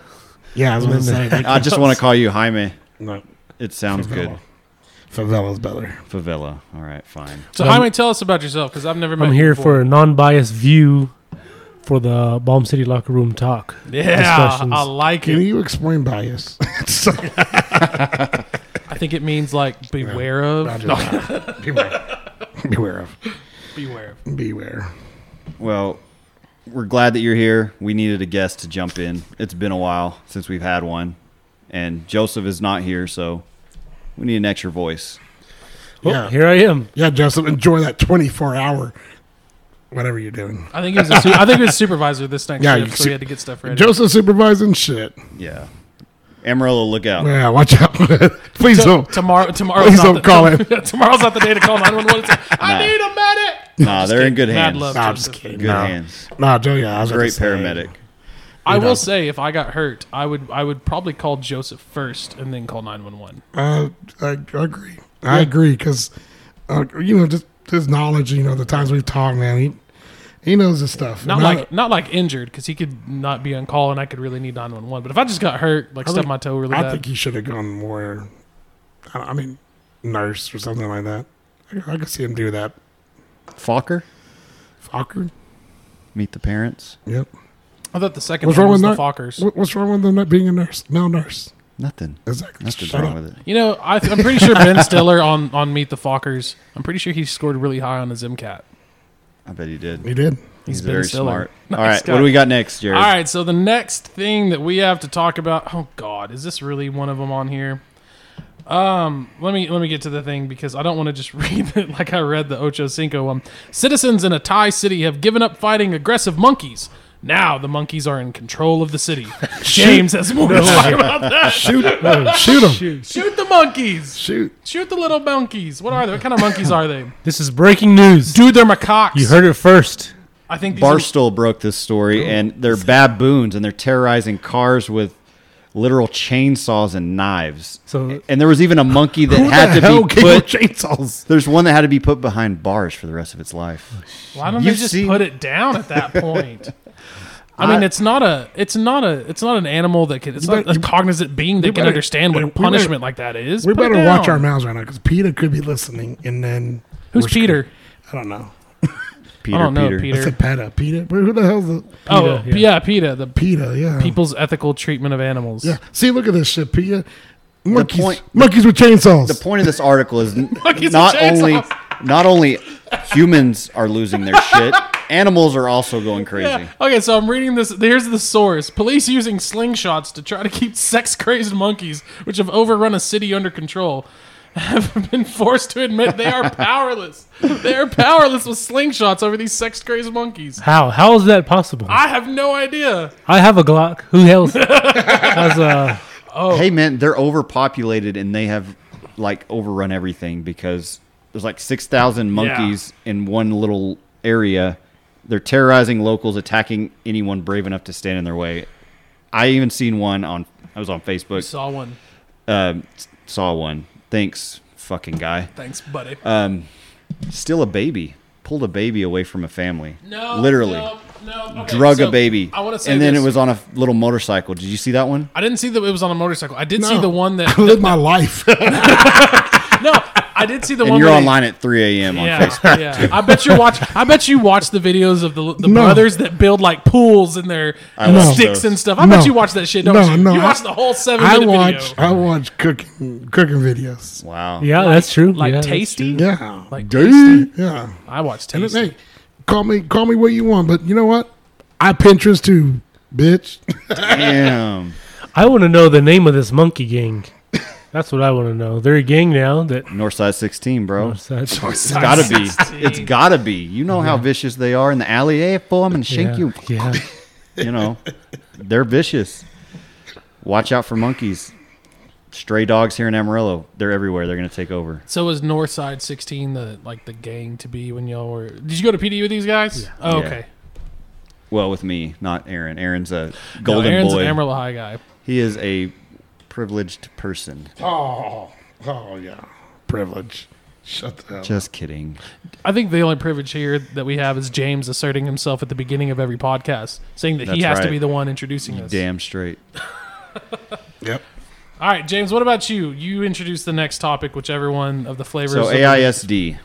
S2: Yeah, I was gonna say.
S1: I just want to call you Jaime.
S2: No,
S1: It sounds good.
S2: favela. Favela's better.
S1: Favela. All right, fine.
S3: So
S4: Um,
S3: Jaime, tell us about yourself because I've never met.
S4: I'm
S3: you
S4: here
S3: before.
S4: for a non-biased view for the Bomb City locker room talk.
S3: yeah.
S4: discussions.
S3: I like
S2: Can
S3: it.
S2: you explain bias? It's like-
S3: I think it means like beware
S2: I
S3: of.
S2: just- beware. beware of.
S3: Beware of.
S2: Beware.
S1: Well, we're glad that you're here. We needed a guest to jump in. It's been a while since we've had one, and Joseph is not here, so we need an extra voice.
S4: Oh,
S2: Yeah.
S4: Here I am.
S2: Yeah, Joseph, enjoy that 24 hour, whatever you're doing.
S3: I think he was a su- I think he was supervisor this next
S2: Yeah,
S3: shift,
S2: you
S3: so
S2: su-
S3: he had to get stuff ready.
S2: Joseph supervising shit.
S1: Yeah, Amarillo, look out.
S2: Yeah, watch out. Please
S3: T-
S2: don't.
S3: tomorrow, tomorrow's
S2: Please
S3: not
S2: don't
S3: the,
S2: call it.
S3: tomorrow's not the day to call 911. It's like, I
S1: Nah.
S3: need a medic.
S1: Nah, they're in good
S3: Mad
S1: hands.
S3: love.
S2: Nah, I'm just
S3: Joseph.
S2: kidding.
S1: Good
S2: Nah.
S1: hands.
S2: Nah, Joe, yeah. I was about
S1: Great
S2: to say.
S1: paramedic.
S3: I
S2: know.
S3: will say, if I got hurt, I would I would probably call Joseph first and then call 911.
S2: Uh, I, I agree. I agree because, uh, you know, just his knowledge. You know, the times we've talked, man, he he knows his stuff.
S3: Not
S2: And I-
S3: like not like injured, because he could not be on call and I could really need 911. But if I just got hurt, like
S2: I
S3: stubbed
S2: think-
S3: my toe really
S2: I
S3: bad,
S2: think he should have gone more. I, I mean, nurse or something like that. I, I could see him do that.
S1: Fokker,
S2: Fokker?
S1: meet the parents.
S2: Yep.
S3: I thought the second
S2: What's
S3: one
S2: wrong
S3: was the
S2: with
S3: Fockers.
S2: What, what's wrong with him not being a nurse? No nurse.
S1: Nothing.
S2: Exactly.
S1: Nothing's
S2: Shut
S1: wrong
S2: up.
S1: with it.
S3: You know, I, I'm pretty sure Ben Stiller on, on Meet the Fockers. I'm pretty sure he scored really high on his MCAT.
S1: I bet he did.
S2: He did.
S1: He's,
S3: Ben
S1: very
S3: Stiller.
S1: smart.
S3: Nice
S1: All right,
S3: guy.
S1: what do we got next, Jared?
S3: All right, so the next thing that we have to talk about. Oh God, is this really one of them on here? Um, let me let me get to the thing because I don't want to just read it like I read the Ocho Cinco one. Citizens in a Thai city have given up fighting aggressive monkeys. Now the monkeys are in control of the city. James has more to talk about that.
S2: Shoot. no, shoot him.
S3: Shoot the monkeys!
S2: Shoot.
S3: Shoot the little monkeys! What are they? What kind of monkeys are they?
S4: This is breaking news.
S3: Dude, they're macaques.
S4: You heard it first.
S3: I think these are-
S1: Barstool broke this story, and they're baboons, and they're terrorizing cars with literal chainsaws and knives.
S4: So-
S1: and there was even a monkey that
S2: Who
S1: had
S2: the hell
S1: to be
S2: gave him
S1: put.
S2: chainsaws?
S1: There's one that had to be put behind bars for the rest of its life.
S3: Why don't
S1: You've
S3: they just
S1: seen-
S3: put it down at that point? I mean, it's not a, it's not a, it's not an animal that can, it's
S2: You
S3: not
S2: bet-
S3: a cognizant being that can
S2: better-
S3: understand
S2: we
S3: what
S2: better-
S3: punishment like that is.
S2: We
S3: Put it
S2: better watch our
S3: down.
S2: mouths right now because PETA could be listening. And then.
S3: Who's
S2: we're screwed.
S3: Peter?
S2: I don't know.
S1: Peter,
S3: I don't know, Peter.
S2: It's a PETA. PETA? Who the hell's the
S3: oh,
S4: yeah.
S3: yeah. PETA, the
S2: PETA? Yeah.
S3: people's ethical treatment of animals.
S2: Yeah. See, look at this shit, PETA. Monkeys.
S1: point-
S2: monkeys with chainsaws.
S1: The point of this article is n-
S3: Monkeys
S1: not
S3: with
S1: only
S3: chainsaws.
S1: not only humans are losing their shit, animals are also going crazy.
S3: Yeah. Okay, so I'm reading this. Here's the source: police using slingshots to try to keep sex-crazed monkeys, which have overrun a city under control, have been forced to admit they are powerless. they are powerless with slingshots over these sex-crazed monkeys.
S4: How? How is that possible? I,
S3: I have no idea.
S4: have a Glock. Who else has a?
S1: Hey man, they're overpopulated and they have like overrun everything because there's like 6,000 monkeys in one little area. They're terrorizing locals, attacking anyone brave enough to stand in their way. I even seen one on I was on
S3: I
S1: Facebook.
S3: saw one.
S1: Um, s- saw one. Thanks, fucking guy.
S3: Thanks, buddy.
S1: Uh, Still a baby. Pulled a baby away from a family.
S3: no,
S1: literally.
S3: no, no. Okay,
S1: Drug
S3: so
S1: a baby.
S3: I want to say,
S1: and then
S3: this.
S1: it was on a little motorcycle. Did you see that one?
S3: I didn't see that it was on a motorcycle. I did
S2: No.
S3: see the one that.
S2: I live my life.
S3: no, I did see the
S1: And
S3: one.
S1: you're
S3: where they-
S1: online at 3 a.m. on
S3: Yeah,
S1: Facebook.
S3: yeah. I bet you watch. I bet you watch the videos of the, the
S2: No.
S3: brothers that build like pools and their
S1: watch
S3: sticks
S1: those.
S3: and stuff. I
S2: No.
S3: bet you watch that shit. Don't
S2: No,
S3: you?
S2: no,
S3: you
S2: I-
S3: watch the whole seven
S2: I
S3: minute
S2: watch.
S3: video.
S2: I watch cooking cooking videos.
S1: Wow.
S4: Yeah, that's true.
S3: Like
S4: Yeah, that's
S3: tasty.
S2: Yeah.
S3: Like tasty.
S2: Dude. Yeah.
S3: I watch
S2: And
S3: tasty.
S2: hey, call me call me what you want, but you know what? I Pinterest too, bitch.
S1: Damn.
S4: true. I want to know the name of this monkey gang. That's what I want to know. They're a gang now. That
S1: Northside 16, bro.
S4: that's,
S1: It's gotta be.
S3: 16.
S1: It's gotta be. You know how vicious they are in the alley. Hey, boy, I'm gonna shank you.
S4: Yeah.
S1: You know, they're vicious. Watch out for monkeys. Stray dogs here in Amarillo. They're everywhere. They're gonna take over.
S3: So was Northside sixteen the like the gang to be when y'all were? Did you go to PD with these guys? Oh,
S1: Yeah.
S3: okay.
S1: Well, with me, not Aaron. Aaron's a
S3: No,
S1: golden
S3: Aaron's
S1: boy.
S3: an Amarillo High guy.
S1: he is a privileged person.
S2: oh, oh yeah. Privilege. Shut the hell.
S1: Just kidding.
S3: I think the only privilege here that we have is James asserting himself at the beginning of every podcast, saying that he
S1: That's
S3: has to
S1: right.
S3: be the one introducing us.
S1: Damn straight.
S2: Yep.
S3: All right, James, what about you? You introduce the next topic, whichever one of the flavors.
S1: So
S3: of the-
S1: AISD,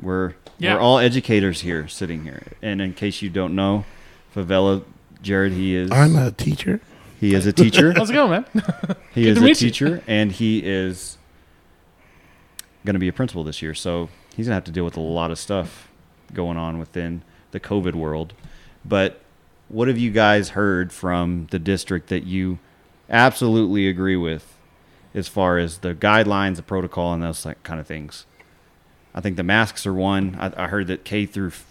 S1: we're
S3: Yeah.
S1: we're all educators here, sitting here. And in case you don't know, Favela Jared, he is
S2: I'm a teacher.
S1: he is a teacher.
S3: How's it going, man?
S1: He
S3: Good
S1: is
S3: to
S1: a
S3: meet you.
S1: teacher, and he is going to be a principal this year. So he's going to have to deal with a lot of stuff going on within the COVID world. But what have you guys heard from the district that you absolutely agree with as far as the guidelines, the protocol, and those like- kind of things? I think the masks are one. I, I heard that K through f-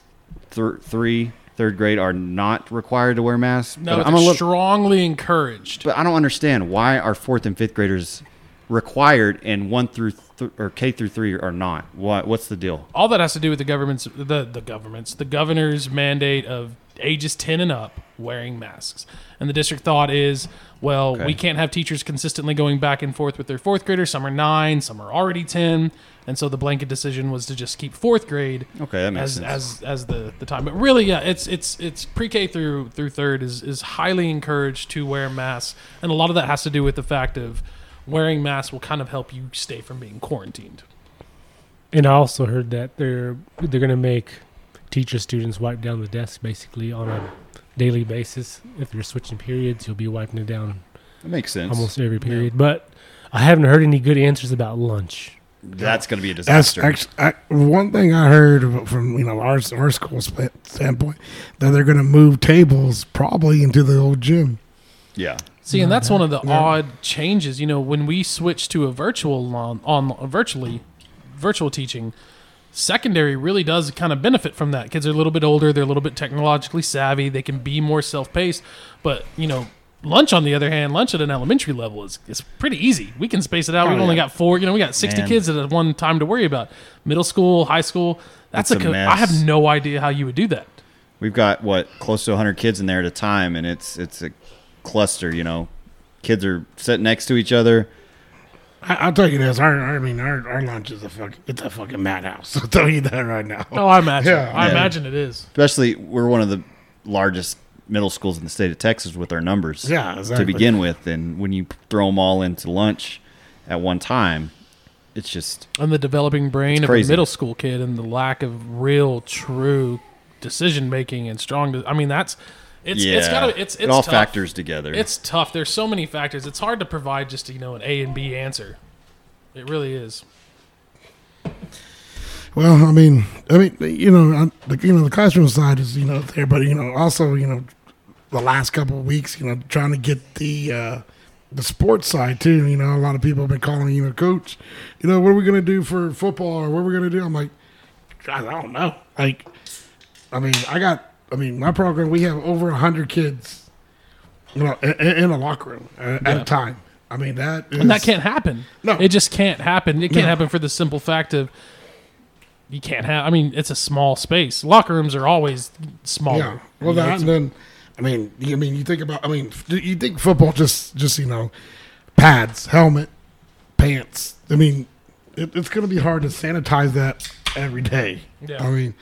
S1: thir- three, third grade, are not required to wear masks.
S3: No,
S1: but
S3: they're
S1: I'm a little,
S3: strongly encouraged.
S1: but I don't understand why are fourth and fifth graders required and one through th- or K through three are not. What what's the deal?
S3: All that has to do with the government's the, the government's the governor's mandate of ages 10 and up wearing masks. And the district thought is, well, we can't have teachers consistently going back and forth with their fourth graders. Some are 9, some are already 10, and so the blanket decision was to just keep fourth grade
S1: Okay, that makes
S3: as,
S1: sense.
S3: as as the the time. But really, yeah, it's it's it's pre-K through through third is is highly encouraged to wear masks, and a lot of that has to do with the fact of wearing masks will kind of help you stay from being quarantined.
S4: And I also heard that they're they're gonna make teacher students wipe down the desk basically on a daily basis. If you're switching periods, you'll be wiping it down
S1: That makes sense.
S4: almost every period. But I haven't heard any good answers about lunch.
S1: That's going to be a
S2: That's
S1: disaster.
S2: actually I, one thing I heard about from you know our our school sp- standpoint that they're going to move tables probably into the old gym.
S1: yeah.
S3: See, and that's one of the
S2: Yeah.
S3: odd changes. You know, when we switched to a virtual on, on virtually virtual teaching, secondary really does kind of benefit from that. Kids are a little bit older, they're a little bit technologically savvy, they can be more self-paced. But you know, lunch on the other hand, lunch at an elementary level is is pretty easy. We can space it out. We've only
S1: Oh, yeah.
S3: got four. You know, we got sixty
S1: Man.
S3: kids at one time to worry about. Middle school, high school. That's
S1: It's a
S3: a. co- I
S1: mess.
S3: have no idea how you would do that.
S1: We've got what close to 100 kids in there at a time and it's it's a cluster, you know. Kids are sitting next to each other.
S2: I, I'll tell you this. Our, our I mean our, our lunch is a fuck. It's a fucking madhouse. I'll tell you that right now.
S3: Oh, I imagine.
S2: Yeah.
S3: I
S1: Yeah.
S3: imagine it is.
S1: Especially we're one of the largest middle schools in the state of Texas with our numbers
S2: Yeah, exactly.
S1: to begin with and when you throw them all into lunch at one time, it's just
S3: and the developing brain of a
S1: crazy.
S3: middle school kid and the lack of real true decision making and strong de- i mean that's it's
S1: yeah.
S3: it's gotta it's it's
S1: it all
S3: tough.
S1: factors together.
S3: it's tough there's so many factors it's hard to provide just you know an a and b answer it really is
S2: Well, I mean, I mean, you know, I, the, you know, the classroom side is you know there, but you know, also you know, the last couple of weeks, you know, trying to get the uh, the sports side too. You know, a lot of people have been calling me, you know, coach, you know, what are we gonna do for football or what are we gonna do? I'm like, guys, I don't know. Like, I mean, I got, I mean, my program, we have over hundred kids, you know, in, in a locker room uh, at, at
S3: Yeah.
S2: a time. I mean, that is,
S3: and that can't happen
S2: No.
S3: it just can't happen it can't
S2: No.
S3: happen for the simple fact of you can't have i mean it's a small space locker rooms are always smaller
S2: Yeah. Well, that and then, I mean, you- I mean, you think about, I mean, f- you think football just, just you know, pads, helmet, pants. I mean, it, it's going to be hard to sanitize that every day.
S3: Yeah.
S2: I mean,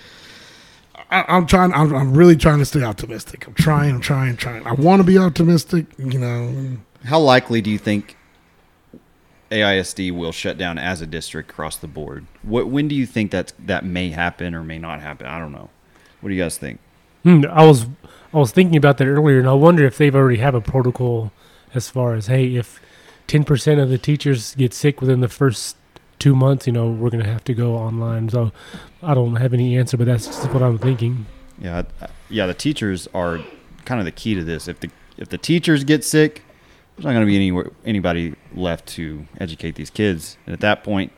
S2: I, I'm trying. I'm, I'm really trying to stay optimistic. I'm trying. I'm trying. Trying. I want to be optimistic. You know.
S1: How likely do you think AISD will shut down as a district across the board? What when do you think that that may happen or may not happen? I don't know. What do you guys think?
S4: Hmm, I was I was thinking about that earlier, and I wonder if they've already have a protocol as far as hey, if ten percent of the teachers get sick within the first two months, you know, we're gonna have to go online. So I don't have any answer, but that's just what I'm thinking.
S1: Yeah, I- I- yeah. The teachers are kind of the key to this. If the if the teachers get sick, there's not going to be anywhere anybody left to educate these kids. And at that point,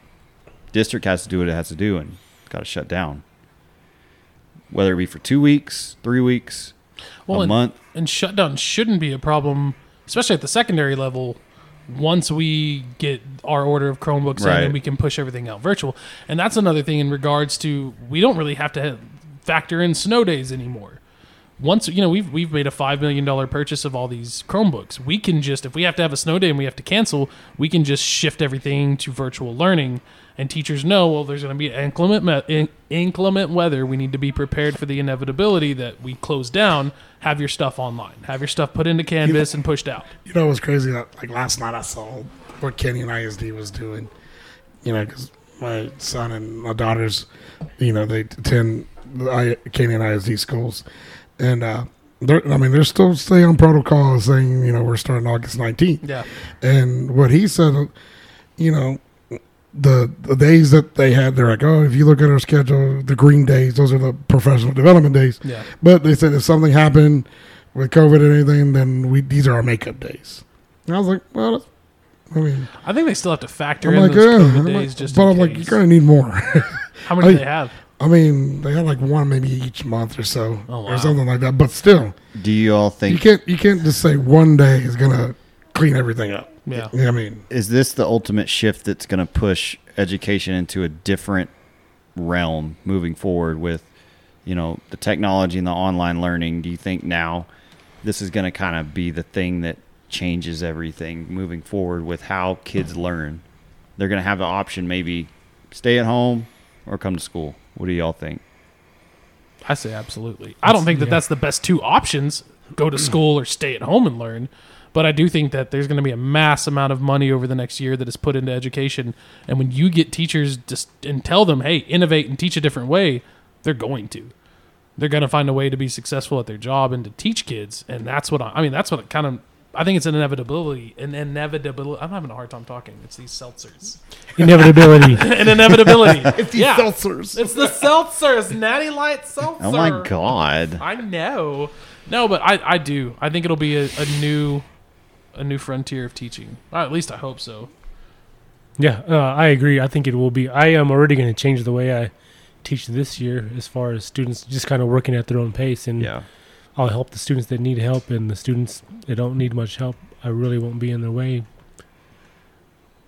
S1: district has to do what it has to do and got to shut down. Whether it be for two weeks, three weeks,
S3: Well,
S1: a
S3: and-
S1: month.
S3: and shutdown shouldn't be a problem, especially at the secondary level. Once we get our order of Chromebooks in,
S1: Right.
S3: and we can push everything out virtual, and that's another thing in regards to we don't really have to have, factor in snow days anymore. Once you know we've we've made a five million dollar purchase of all these Chromebooks, we can just if we have to have a snow day and we have to cancel, we can just shift everything to virtual learning, and teachers know well there's going to be inclement me- in- inclement weather. We need to be prepared for the inevitability that we close down. Have your stuff online. Have your stuff put into Canvas and pushed out.
S2: You know what's crazy? Like like last night, I saw what Kenny and ISD was doing. You know, because my son and my daughters, you know, they attend the I- Kenny and ISD schools, and uh, they're, I mean, they're still staying on protocol, saying you know we're starting August nineteenth.
S3: Yeah.
S2: And what he said, you know, the the days that they had, they're like, oh, if you look at our schedule, the green days, those are the professional development days.
S3: Yeah.
S2: But they said if something happened with COVID or anything, then we these are our makeup days. And I was like, well, that's- I mean,
S3: I think they still have to factor
S2: I'm
S3: in
S2: like,
S3: those
S2: yeah,
S3: COVID
S2: I'm
S3: days
S2: like-
S3: just.
S2: but
S3: in
S2: I'm like,
S3: case.
S2: you're gonna need more.
S3: How many do
S2: I-
S3: they have?
S2: I mean, they had like one maybe each month or so,
S3: Oh, wow.
S2: or something like that. But still,
S1: Do you all
S2: you
S1: think
S2: can't you can't just say one day is gonna clean everything up.
S3: Yeah.
S2: You know what I mean,
S1: is this the ultimate shift that's going to push education into a different realm moving forward with you know the technology and the online learning do you think now this is going to kind of be the thing that changes everything moving forward with how kids learn they're going to have the option maybe stay at home or come to school what do y'all think
S3: I say absolutely. I don't think that
S4: yeah.
S3: that's the best two options: go to school or stay at home and learn. But I do think that there's going to be a mass amount of money over the next year that is put into education. And when you get teachers just and tell them, hey, innovate and teach a different way, they're going to. They're going to find a way to be successful at their job and to teach kids. And that's what I, I mean, that's what kind of, I think it's an inevitability. An inevitability. I'm having a hard time talking. It's these seltzers.
S4: Inevitability.
S3: An inevitability.
S2: It's these
S3: Yeah.
S2: seltzers.
S3: It's the seltzers, Natty Light seltzer.
S1: Oh my god.
S3: I know. No, but I, I do. I think it'll be a, a new a new frontier of teaching. Well, at least I hope so.
S4: Yeah, uh, I agree. I think it will be. I am already going to change the way I teach this year, as far as students just kind of working at their own pace, and
S1: Yeah.
S4: I'll help the students that need help, and the students that don't need much help, I really won't be in their way.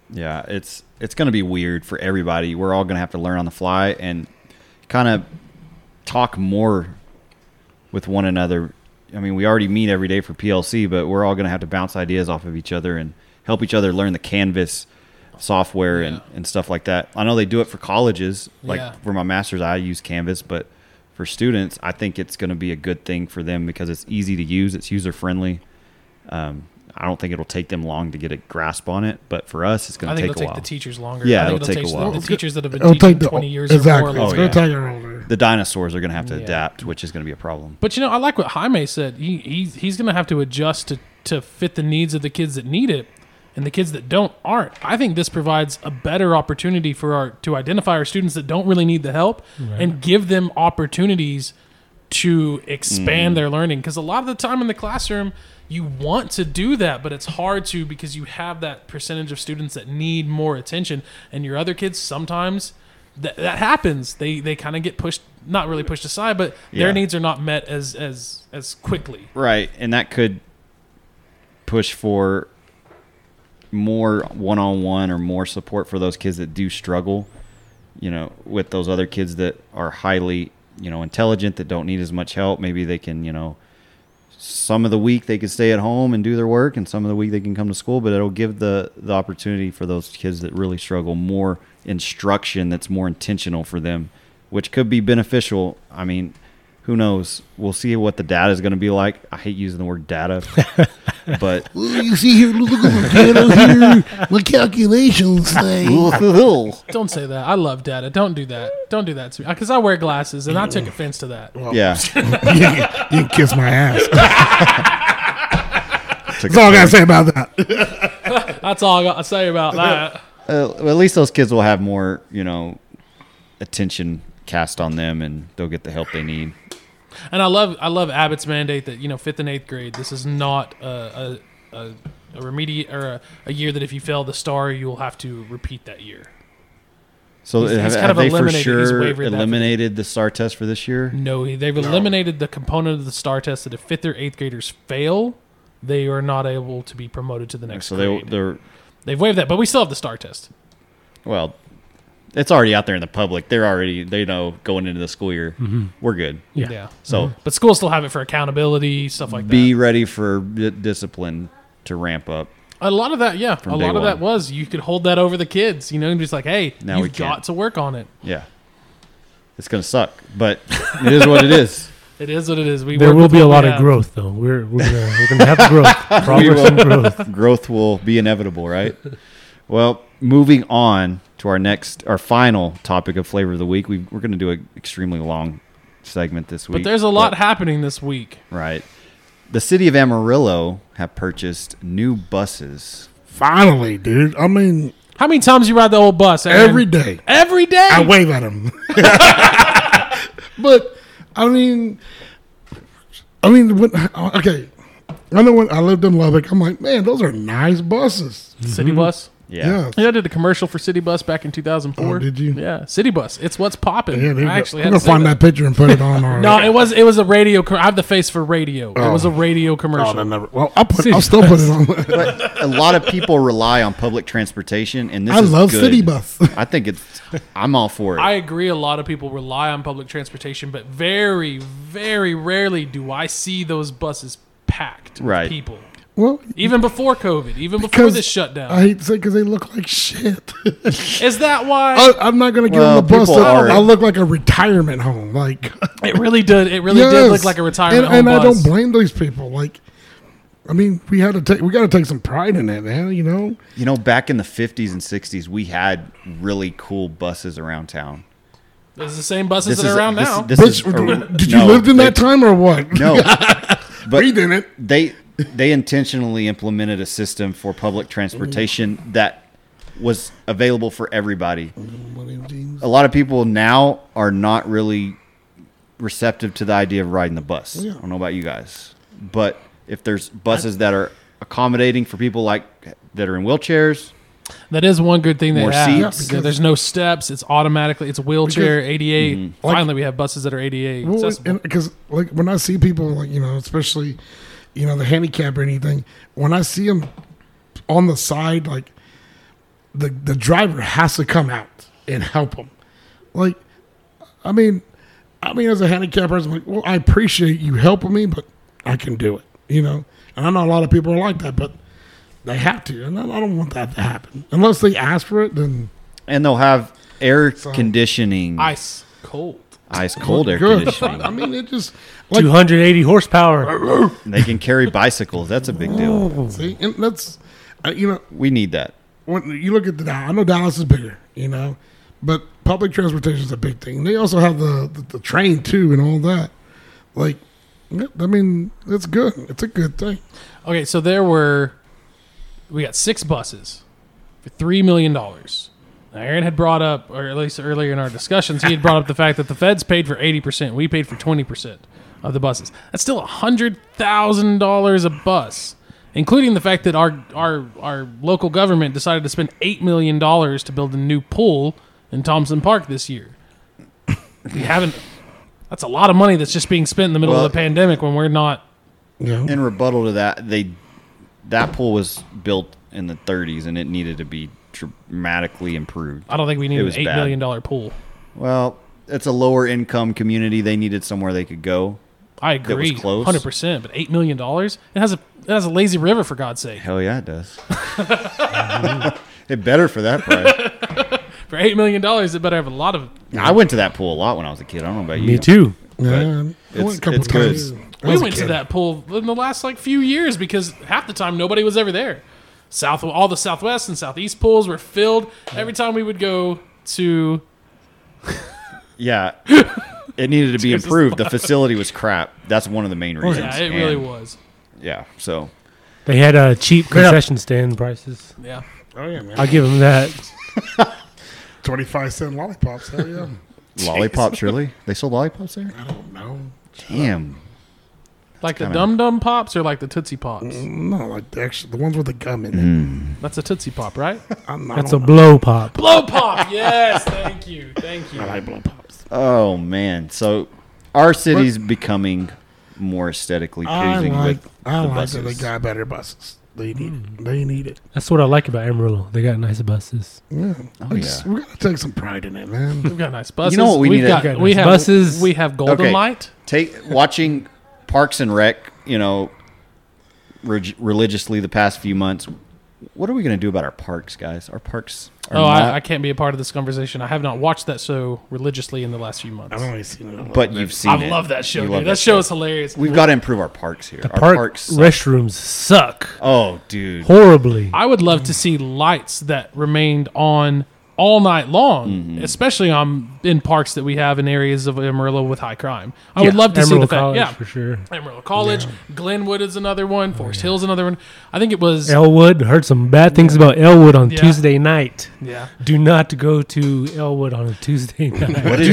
S1: Yeah, it's it's going to be weird for everybody. We're all going to have to learn on the fly and kind of talk more with one another. I mean, we already meet every day for PLC, but we're all going to have to bounce ideas off of each other and help each other learn the Canvas software and, and stuff like that. I know they do it for colleges. Like
S3: Yeah.
S1: for my master's, I use Canvas, but for students, I think it's going to be a good thing for them because it's easy to use, it's user friendly. Um, I don't think it'll take them long to get a grasp on it, but for us, it's
S3: I
S1: going to
S3: think
S1: take a
S3: it'll take
S1: while.
S3: the teachers longer.
S1: Yeah,
S3: I think
S1: it'll take a
S3: the-
S1: while.
S3: The,
S1: It's
S3: teachers that have been
S2: It'll
S3: teaching
S2: take the
S3: 20 years
S2: exactly.
S3: or more.
S2: it's
S1: Oh,
S2: gonna
S1: yeah.
S2: take her older.
S1: the dinosaurs are going to have to
S3: Yeah.
S1: adapt, which is going to be a problem.
S3: But you know, I like what Jaime said. He, he he's going to have to adjust to to fit the needs of the kids that need it, and the kids that don't aren't. I think this provides a better opportunity for our to identify our students that don't really need the help and give them opportunities to expand their learning. Because a lot of the time in the classroom, you want to do that, but it's hard to because you have that percentage of students that need more attention, and your other kids sometimes. That, that happens. They they kind of get pushed, not really pushed aside, but their
S1: Yeah.
S3: needs are not met as as as quickly.
S1: Right, and that could push for more one-on-one or more support for those kids that do struggle, you know, with those other kids that are highly, you know, intelligent that don't need as much help. Maybe they can, you know, some of the week they can stay at home and do their work and some of the week they can come to school, but it'll give the the opportunity for those kids that really struggle more instruction that's more intentional for them, which could be beneficial. I mean, who knows? We'll see what the data is going to be like. I hate using the word data, but
S2: Well, you see here, look at the piano here. My calculations say.
S3: Don't say that. I love data. Don't do that. Don't do that to me because I wear glasses and I took offense to that.
S1: yeah.
S2: you, can, you can kiss my ass.
S1: Took
S2: That's all
S1: a
S2: I gotta say about that.
S3: That's all I got to say about that.
S1: uh, well, at least those kids will have more, you know, attention cast on them, and they'll get the help they need.
S3: And I love I love Abbott's mandate that you know fifth and eighth grade. This is not a a, a, a remediate or a, a year that if you fail the star you will have to repeat that year.
S1: So
S3: He's-
S1: have,
S3: he's kind
S1: have
S3: of
S1: they for
S3: eliminated- he's
S1: sure
S3: wavered that Mm. for-
S1: eliminated the SAR test for this year?
S3: No, they've eliminated the component of the star test that if fifth or eighth graders fail, they are not able to be promoted to the next
S1: So they
S3: grade.
S1: they're
S3: They've waived that, but we still have the star test.
S1: well, it's already out there in the public. They're already they know going into the school year.
S3: Mm-hmm.
S1: We're good.
S4: Yeah.
S1: So
S3: But schools still have it for accountability, stuff like
S1: be
S3: that.
S1: ready for d- discipline to ramp up.
S3: A lot of that, yeah. A
S1: day
S3: lot of that
S1: one.
S3: was you could hold that over the kids, you know, and just like, hey,
S1: Now we
S3: you've
S1: can't.
S3: got to work on it.
S1: Yeah, it's gonna suck, but it is what it is.
S3: It is what it is. We
S4: There
S3: work
S4: will
S3: with
S4: be
S3: what
S4: a
S3: we
S4: lot of
S3: have.
S4: growth, though. We're we're gonna, we're gonna have growth, progress,
S1: will.
S4: and growth.
S1: growth will be inevitable, right? well, moving on to our next, our final topic of flavor of the week. We, we're going to do an extremely long segment this week.
S3: But there's a lot happening this week.
S1: right? The city of Amarillo have purchased new buses.
S2: Finally, dude. I mean,
S3: How many times you ride the old bus? Aaron?
S2: every day.
S3: Every day.
S2: I wave at him. but I mean, I mean, when, okay. I know when I lived in Lubbock, I'm like, man, those are nice buses.
S3: City bus.
S1: Yeah.
S3: Yeah, I did a commercial for City Bus back in 2004.
S2: Oh, did you?
S3: Yeah, City Bus. It's what's popping.
S2: Yeah, there
S3: I
S2: you go.
S3: actually
S2: I'm
S3: had
S2: gonna
S3: to say
S2: find that. picture and put it on our.
S3: No, it was it was a radio. Com- I have the face for radio. It
S2: Oh.
S3: was a radio commercial.
S2: Oh, then never. Well, I'll, put, I'll still put it on.
S1: But a lot of people rely on public transportation, and this
S2: I
S1: is
S2: love
S1: good.
S2: city bus.
S1: I think it's. I'm all for it.
S3: I agree a lot of people rely on public transportation, but very, very rarely do I see those buses packed with
S1: Right.
S3: people.
S2: well,
S3: Even before COVID, even before
S2: because
S3: this shutdown.
S2: I hate to say because they look like shit.
S3: Is that why
S2: I, I'm not gonna get
S1: Well,
S2: on the bus.
S1: people
S2: That
S1: are-
S2: I look like a retirement home. Like
S3: it really did it really did
S2: Yes.
S3: look like a retirement
S2: and, and
S3: home
S2: I don't
S3: bus.
S2: blame those people. Like I mean, we had to take we got to take some pride in it, man. You know,
S1: You know, back in the 50s and 60s, we had really cool buses around town.
S3: There's the same buses that are around
S1: this-
S3: now.
S1: This, is, or-
S2: Bitch, did you
S1: no,
S2: lived in
S1: they-
S2: that time or what?
S1: No, but
S2: Breathe in it.
S1: they they intentionally implemented a system for public transportation that was available for everybody. A lot of people now are not really receptive to the idea of riding the bus. I don't know about you guys, but if there's buses that are accommodating for people like that are in wheelchairs,
S3: That is one good thing they
S1: More
S3: have.
S1: seats.
S3: There- There's no steps. It's automatically. It's wheelchair ADA. Finally, we have buses that are ADA accessible.
S2: Because like when I see people, like you know, especially you know the handicap or anything, when I see them on the side, like the the driver has to come out and help them. Like, I mean, I mean, as a handicapped person, like, well, I appreciate you helping me, but I can do it. You know, and I know a lot of people are like that, but they have to, and I I don't want that to happen unless they ask for it. Then
S1: and they'll have air
S2: So-
S1: conditioning, ice,
S3: Ice cold.
S1: cold air
S2: good. I
S1: conditioning.
S2: mean, it just like
S4: 280 horsepower.
S1: they can carry bicycles. That's a big deal.
S2: see, and that's uh, you know.
S1: We need that.
S2: when you look at the I know Dallas is bigger, you know, but public transportation is a big thing. And they also have the, the, the train too and all that. Like, yeah, I mean, it's good. It's a good thing.
S3: Okay, so there were, we got six buses for three million dollars. Now, Aaron had brought up, or at least earlier in our discussions, he had brought up the fact that the feds paid for eighty percent. We paid for twenty percent of the buses. That's still hundred thousand dollars a bus, including the fact that our our our local government decided to spend eight million dollars to build a new pool in Thompson Park this year. We haven't. That's a lot of money that's just being spent in the middle
S1: Well-
S3: of the pandemic when we're not.
S2: You know?
S1: in rebuttal to that, they that pool was built in the 30s and it needed to be dramatically improved.
S3: I don't think we need
S1: It
S3: an
S1: was
S3: eight
S1: bad.
S3: million dollar pool.
S1: Well, it's a lower income community. They needed somewhere they could go.
S3: I
S1: was
S3: agree,
S1: close.
S3: hundred percent. But eight million dollars, it has a it has a lazy river for God's sake.
S1: Hell yeah, it does. it better for that price.
S3: For eight million dollars, it better have a lot of.
S1: I went to that pool a lot when I was a kid. I don't know about you.
S4: Me too.
S2: Yeah, I
S1: it's-
S2: went a couple
S1: it's good.
S2: times. I
S3: We
S2: was a
S3: went to
S2: kid.
S3: that pool in the last like few years because half the time nobody was ever there. South all the Southwest and Southeast pools were filled every time we would go to.
S1: Yeah. It needed to be improved. The facility was crap. That's one of the main reasons.
S3: Oh, Yeah, it really
S1: And,
S3: was.
S1: Yeah. So
S4: They had uh, cheap concession stand prices.
S3: Yeah,
S2: Oh yeah, man.
S4: I'll give them that.
S2: Twenty-five cent lollipops. Hell yeah.
S1: lollipops, really? They sold lollipops
S4: Uh-huh.
S1: there?
S2: I don't know.
S1: Damn.
S3: like the
S1: kinda- Mm.
S3: Dum Dum Pops or like the Tootsie Pops.
S2: No, like the actual the ones with the gum
S1: Mm-hmm.
S2: in it.
S3: That's a Tootsie Pop, right?
S2: I'm not.
S4: That's a blow pop.
S3: Blow Pop. Yes, thank you, thank you.
S2: I blow pops.
S1: Oh man. So our city's becoming more aesthetically
S2: I
S1: pleasing
S2: like.
S1: with
S2: I
S1: the
S2: like that
S1: buses.
S2: they got better buses. They need.
S4: Mm.
S2: They need it.
S4: That's what I like about Amarillo. They got nice buses.
S2: Yeah.
S1: Oh, yeah.
S2: we we gotta take some pride in it, man.
S3: We've got nice buses.
S1: know what we
S3: We've
S1: need to-
S3: got,
S4: We've got
S3: we
S4: nice
S3: have
S4: buses.
S3: We have Golden
S1: Okay.
S3: Light.
S1: Take watching Parks and Rec, you know, reg- religiously the past few months. What are we going to do about our parks, guys? Our parks are
S3: Oh,
S1: not.
S3: I, I can't be a part of this conversation. I have not watched that show religiously in the last few months.
S2: I've only seen it.
S1: but you've seen.
S3: I
S1: it.
S3: love that show.
S1: You
S3: Dude.
S1: love
S3: that show is hilarious.
S1: We've got to improve our parks here. our
S4: Park
S1: parks. suck.
S4: restrooms suck
S1: oh, dude.
S4: horribly.
S3: I would love to see lights that remained on all night long,
S1: Mm-hmm.
S3: especially on in parks that we have in areas of Amarillo with high crime. I would
S4: Yeah,
S3: love to
S4: Amarillo
S3: see the fact.
S4: College
S3: Yeah,
S4: for sure.
S3: Amarillo College, Glenwood is another one. Forest Hills another one. I think it was.
S4: Elwood heard some bad things about Elwood on
S3: Yeah.
S4: Tuesday night.
S3: yeah,
S4: Do not go to Elwood on a Tuesday night.
S1: What did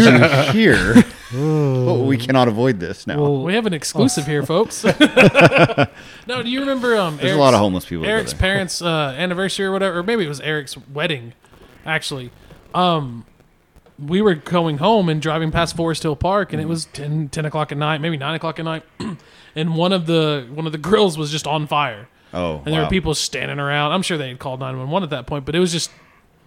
S1: you hear? oh, we cannot avoid this now.
S3: we have an exclusive here, folks. no, do you remember? Um,
S1: There's a
S3: Eric's-
S1: lot of homeless people. that go
S3: Eric's
S1: there.
S3: parents' uh, anniversary or whatever, or maybe it was Eric's wedding, actually. Um, we were going home and driving past Forest Hill Park, and it was 10, 10 o'clock at night, maybe nine o'clock at night, and one of the one of the grills was just on fire,
S1: Oh,
S3: and there
S1: wow.
S3: were people standing around. I'm sure they had called nine one one at that point, but it was just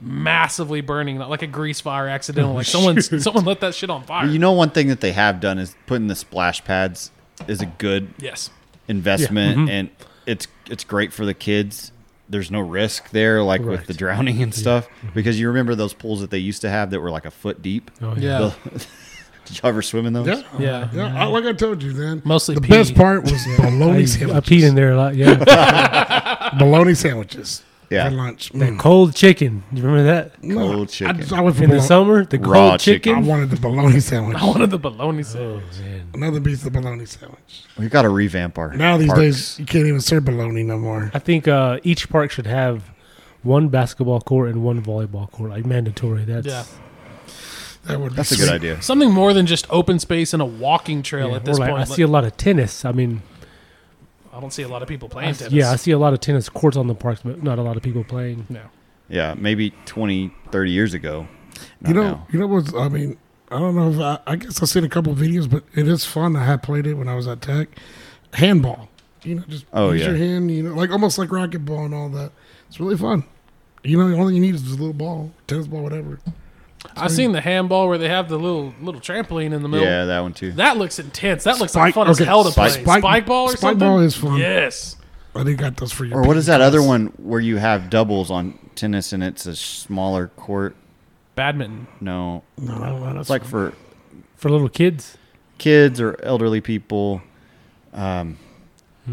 S3: massively burning, like a grease fire, accidental. Like someone someone let that shit on fire.
S1: You know, one thing that they have done is putting the splash pads is a good
S3: yes.
S1: investment
S2: Mm-hmm.
S1: and it's it's great for the kids there's no risk there like with
S4: Right.
S1: the
S2: Mm-hmm.
S1: drowning and stuff because you remember those pools that they used to have that were like a foot deep
S4: Oh,
S3: Yeah.
S1: The- Did y'all ever swim in those?
S2: Yeah.
S3: Yeah.
S2: Yeah, like I told you, man.
S3: Mostly
S2: the
S3: pee.
S2: best part was bologna
S4: I, I peed in
S2: sandwiches.
S4: there a lot. Yeah,
S2: Bologna sandwiches
S1: Yeah.
S2: for lunch.
S4: that
S2: Mm.
S4: cold chicken. You remember that
S2: No,
S1: Cold
S2: I,
S1: chicken.
S2: I, went for
S4: in the
S2: bologna.
S4: summer? The
S1: Raw
S4: cold
S2: I
S1: chicken.
S4: chicken.
S2: wanted the bologna sandwich.
S3: I wanted the bologna sandwich.
S4: Oh man,
S2: Another piece of the bologna sandwich.
S1: We got to revamp our
S2: Now these
S1: parks.
S2: days, you can't even serve bologna no more.
S4: I think uh, each park should have one basketball court and one volleyball court, like mandatory. That's
S3: Yeah.
S2: That would be
S1: That's a
S2: sweet.
S1: good idea.
S3: Something more than just open space and a walking trail
S4: Yeah,
S3: at this
S4: or like,
S3: point.
S4: I see a lot of tennis. I mean,
S3: I don't see a lot of people
S4: I
S3: playing
S4: s-
S3: tennis.
S4: yeah, I see a lot of tennis courts on the parks, but not a lot of people playing.
S3: no.
S1: Yeah, maybe 20, 30 years ago. Not
S2: You know,
S1: now.
S2: you know what's I mean, I don't know if I, I guess I've seen a couple videos, but it is fun. I had played it when I was at Tech. Handball, you know, just
S1: Oh,
S2: use
S1: yeah.
S2: your hand, you know, like almost like racquetball and all that. It's really fun. You know, the only thing you need is a little ball, tennis ball, whatever.
S3: I've seen the handball where they have the little little trampoline in the middle.
S1: yeah, that one too.
S3: That looks intense. That looks like
S2: Spike-
S3: fun
S2: okay,
S3: as hell to
S1: spike-
S3: play. Spike, ball or
S2: spike
S3: something.
S2: ball is fun.
S3: Yes.
S2: I didn't got those for you.
S1: or what is that other one where you have doubles on tennis and it's a smaller court?
S3: Badminton.
S1: No,
S2: No, no, that's
S1: it's like for
S4: For little kids,
S1: kids or elderly people. Um,
S2: Hmm.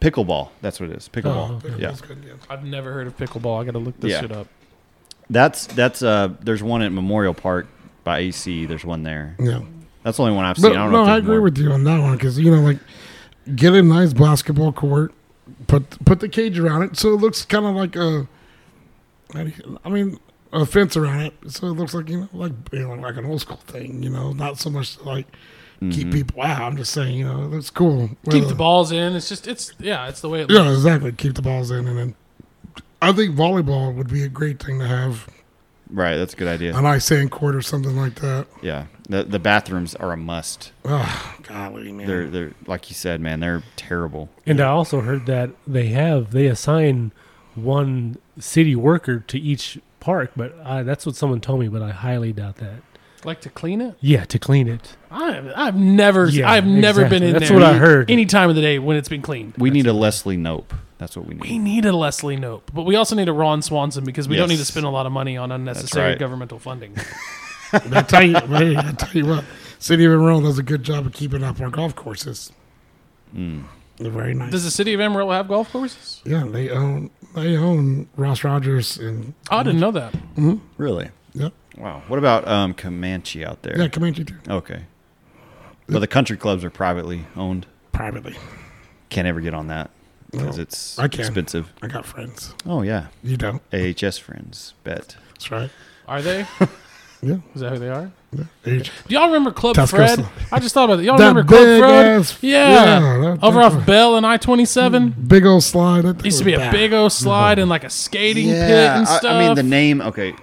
S1: pickleball. That's what it is. Pickleball.
S4: Oh, okay.
S1: Yeah,
S2: That's good, yeah.
S3: I've never heard of pickleball. I gotta look this
S1: Yeah.
S3: shit up.
S1: that's that's uh. There's one at Memorial Park by AC. There's one there.
S2: Yeah.
S1: That's the only one I've seen.
S2: But,
S1: I don't know.
S2: no,
S1: if
S2: I
S1: there's
S2: agree
S1: more.
S2: with you on that one because you know, like, get a nice basketball court, put put the cage around it, so it looks kind of like a, how do you- I mean, a fence around it, so it looks like you know, like you know, like an old school thing, you know, not so much to, like keep people out. I'm just saying, you know, it looks cool.
S3: Keep
S4: uh,
S2: Whether-
S3: the balls in. It's just it's yeah, it's the way it looks.
S2: Yeah, exactly. Keep the balls in, and then I think volleyball would be a great thing to have
S1: Right, that's a good idea.
S2: a nice sand court or something like that.
S1: Yeah, the the bathrooms are a must.
S2: Oh, golly, man.
S1: They're they're like you said, man. They're terrible.
S4: and I also heard that they have they assign one city worker to each park, but I, that's what someone told me. But I highly doubt that.
S3: Like to clean it.
S4: Yeah, to clean it.
S3: I've I've never
S4: Yeah,
S3: I've never
S4: exactly.
S3: been in
S4: That's
S3: there.
S4: what I heard.
S3: Any time of the day when it's been cleaned.
S1: We need a Leslie Nope. That's what we
S3: We
S1: need.
S3: need a Leslie Nope, but we also need a Ron Swanson because we don't need to
S1: Yes.
S3: spend a lot of money on unnecessary
S1: right.
S3: governmental funding.
S2: I tell you, hey, I tell you what, City of Emerald does a good job of keeping up our golf courses. Hmm. They're very nice.
S3: Does the city of Amarillo have golf courses?
S2: yeah, they own they own Ross Rogers and
S3: Oh, I didn't know that.
S1: Really?
S2: yeah,
S1: Wow. What about um, Comanche out there?
S2: yeah Comanche too.
S1: Okay. But the country clubs are privately owned.
S2: Privately, Well,
S1: Can't ever get on that because it's
S2: I can.
S1: expensive.
S2: I got friends.
S1: Oh yeah,
S2: You don't.
S1: AHS friends bet.
S2: That's right.
S3: Are they?
S2: Yeah.
S3: Is that who they are?
S2: yeah. Age-
S3: Do y'all remember Club
S2: Task
S3: Fred?
S2: Custom.
S3: I just thought about it. Y'all
S2: That
S3: Oh, remember Club
S2: big
S3: Fred?
S2: ass-
S3: yeah.
S2: yeah, that- Hmm.
S3: Over
S2: that-
S3: off Bell and I twenty seven.
S2: Big old slide. That thing
S3: Used to
S2: was
S3: be a
S2: bad.
S3: big old slide and like a skating pit and
S1: I-
S3: stuff.
S1: I, mean the name. Okay,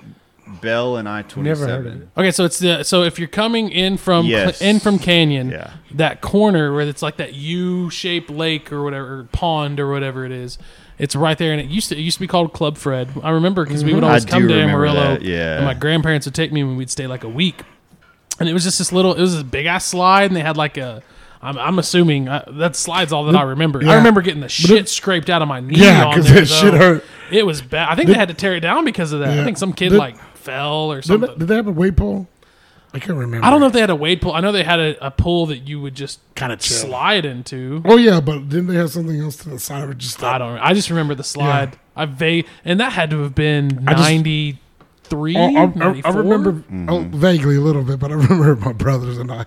S1: Bell and I twenty
S4: Never heard of it.
S1: seven.
S3: Okay, so it's the so if you're coming in from
S1: Yes.
S3: in from Canyon,
S1: Yeah.
S3: that corner where it's like that U-shaped lake or whatever or pond or whatever it is, it's right there, and it used to it used to be called Club Fred. I remember because we would
S1: Mhm.
S3: always
S1: I
S3: come
S1: do
S3: to
S1: remember
S3: Amarillo,
S1: that, yeah.
S3: and my grandparents would take me when we'd stay like a week, and it was just this little it was this big ass slide, and they had like a. I'm, I'm assuming uh, that slide's all that I remember. I
S2: Yeah.
S3: remember getting the shit scraped out of my knee.
S2: Yeah,
S3: E on
S2: 'cause
S3: there,
S2: that shit
S3: though.
S2: hurt.
S3: It was bad. I think they had to tear it down because of that. I
S2: Yeah.
S3: think some kid
S2: Did-
S3: like fell or
S2: Did
S3: something.
S2: they, did they have a weight pole? I can't remember.
S3: I don't know if they had a wade pool. I know they had a, a pool that you would just
S2: Kinda chill.
S3: slide into.
S2: Oh yeah, but didn't they have something else to the side of it? Just
S3: I don't. I just remember the slide. I vague, and that had to have been
S2: I just-
S3: ninety three.
S2: Oh, I, I, I remember
S1: Mm-hmm.
S2: oh, vaguely a little bit, but I remember my brothers and I.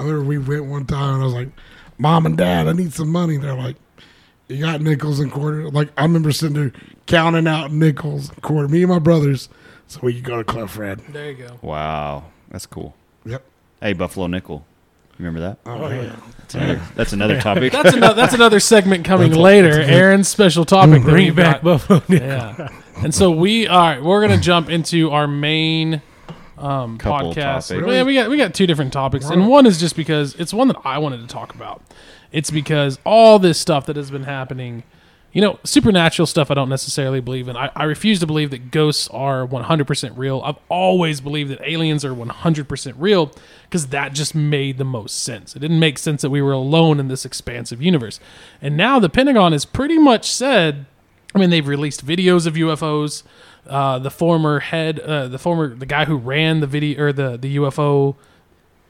S2: I remember we went one time and I was like, "Mom and Dad, I need some money." They're like, "You got nickels and quarters?" Like I remember sitting there counting out nickels and quarter. Me and my brothers, so we could go to Club Fred.
S3: There you go.
S1: Wow, that's cool.
S2: Yep.
S1: Hey, Buffalo Nickel. Remember that?
S2: Oh, yeah.
S1: That's another, that's another topic.
S3: That's another. That's another segment coming later. Aaron's special topic. that
S4: Bring
S3: we've
S4: back
S3: got.
S4: Buffalo.
S3: Yeah. And so we all right. We're gonna jump into our main um,
S1: Couple
S3: podcast.
S1: topics.
S3: Yeah, we got we got two different topics, and one is just because it's one that I wanted to talk about. It's because all this stuff that has been happening, you know, supernatural stuff. I don't necessarily believe in. I, I refuse to believe that ghosts are 100% real. I've always believed that aliens are 100% real because that just made the most sense. It didn't make sense that we were alone in this expansive universe. And now the Pentagon has pretty much said I mean, they've released videos of UFOs. Uh, the former head, uh, the former the guy who ran the video or the the UFO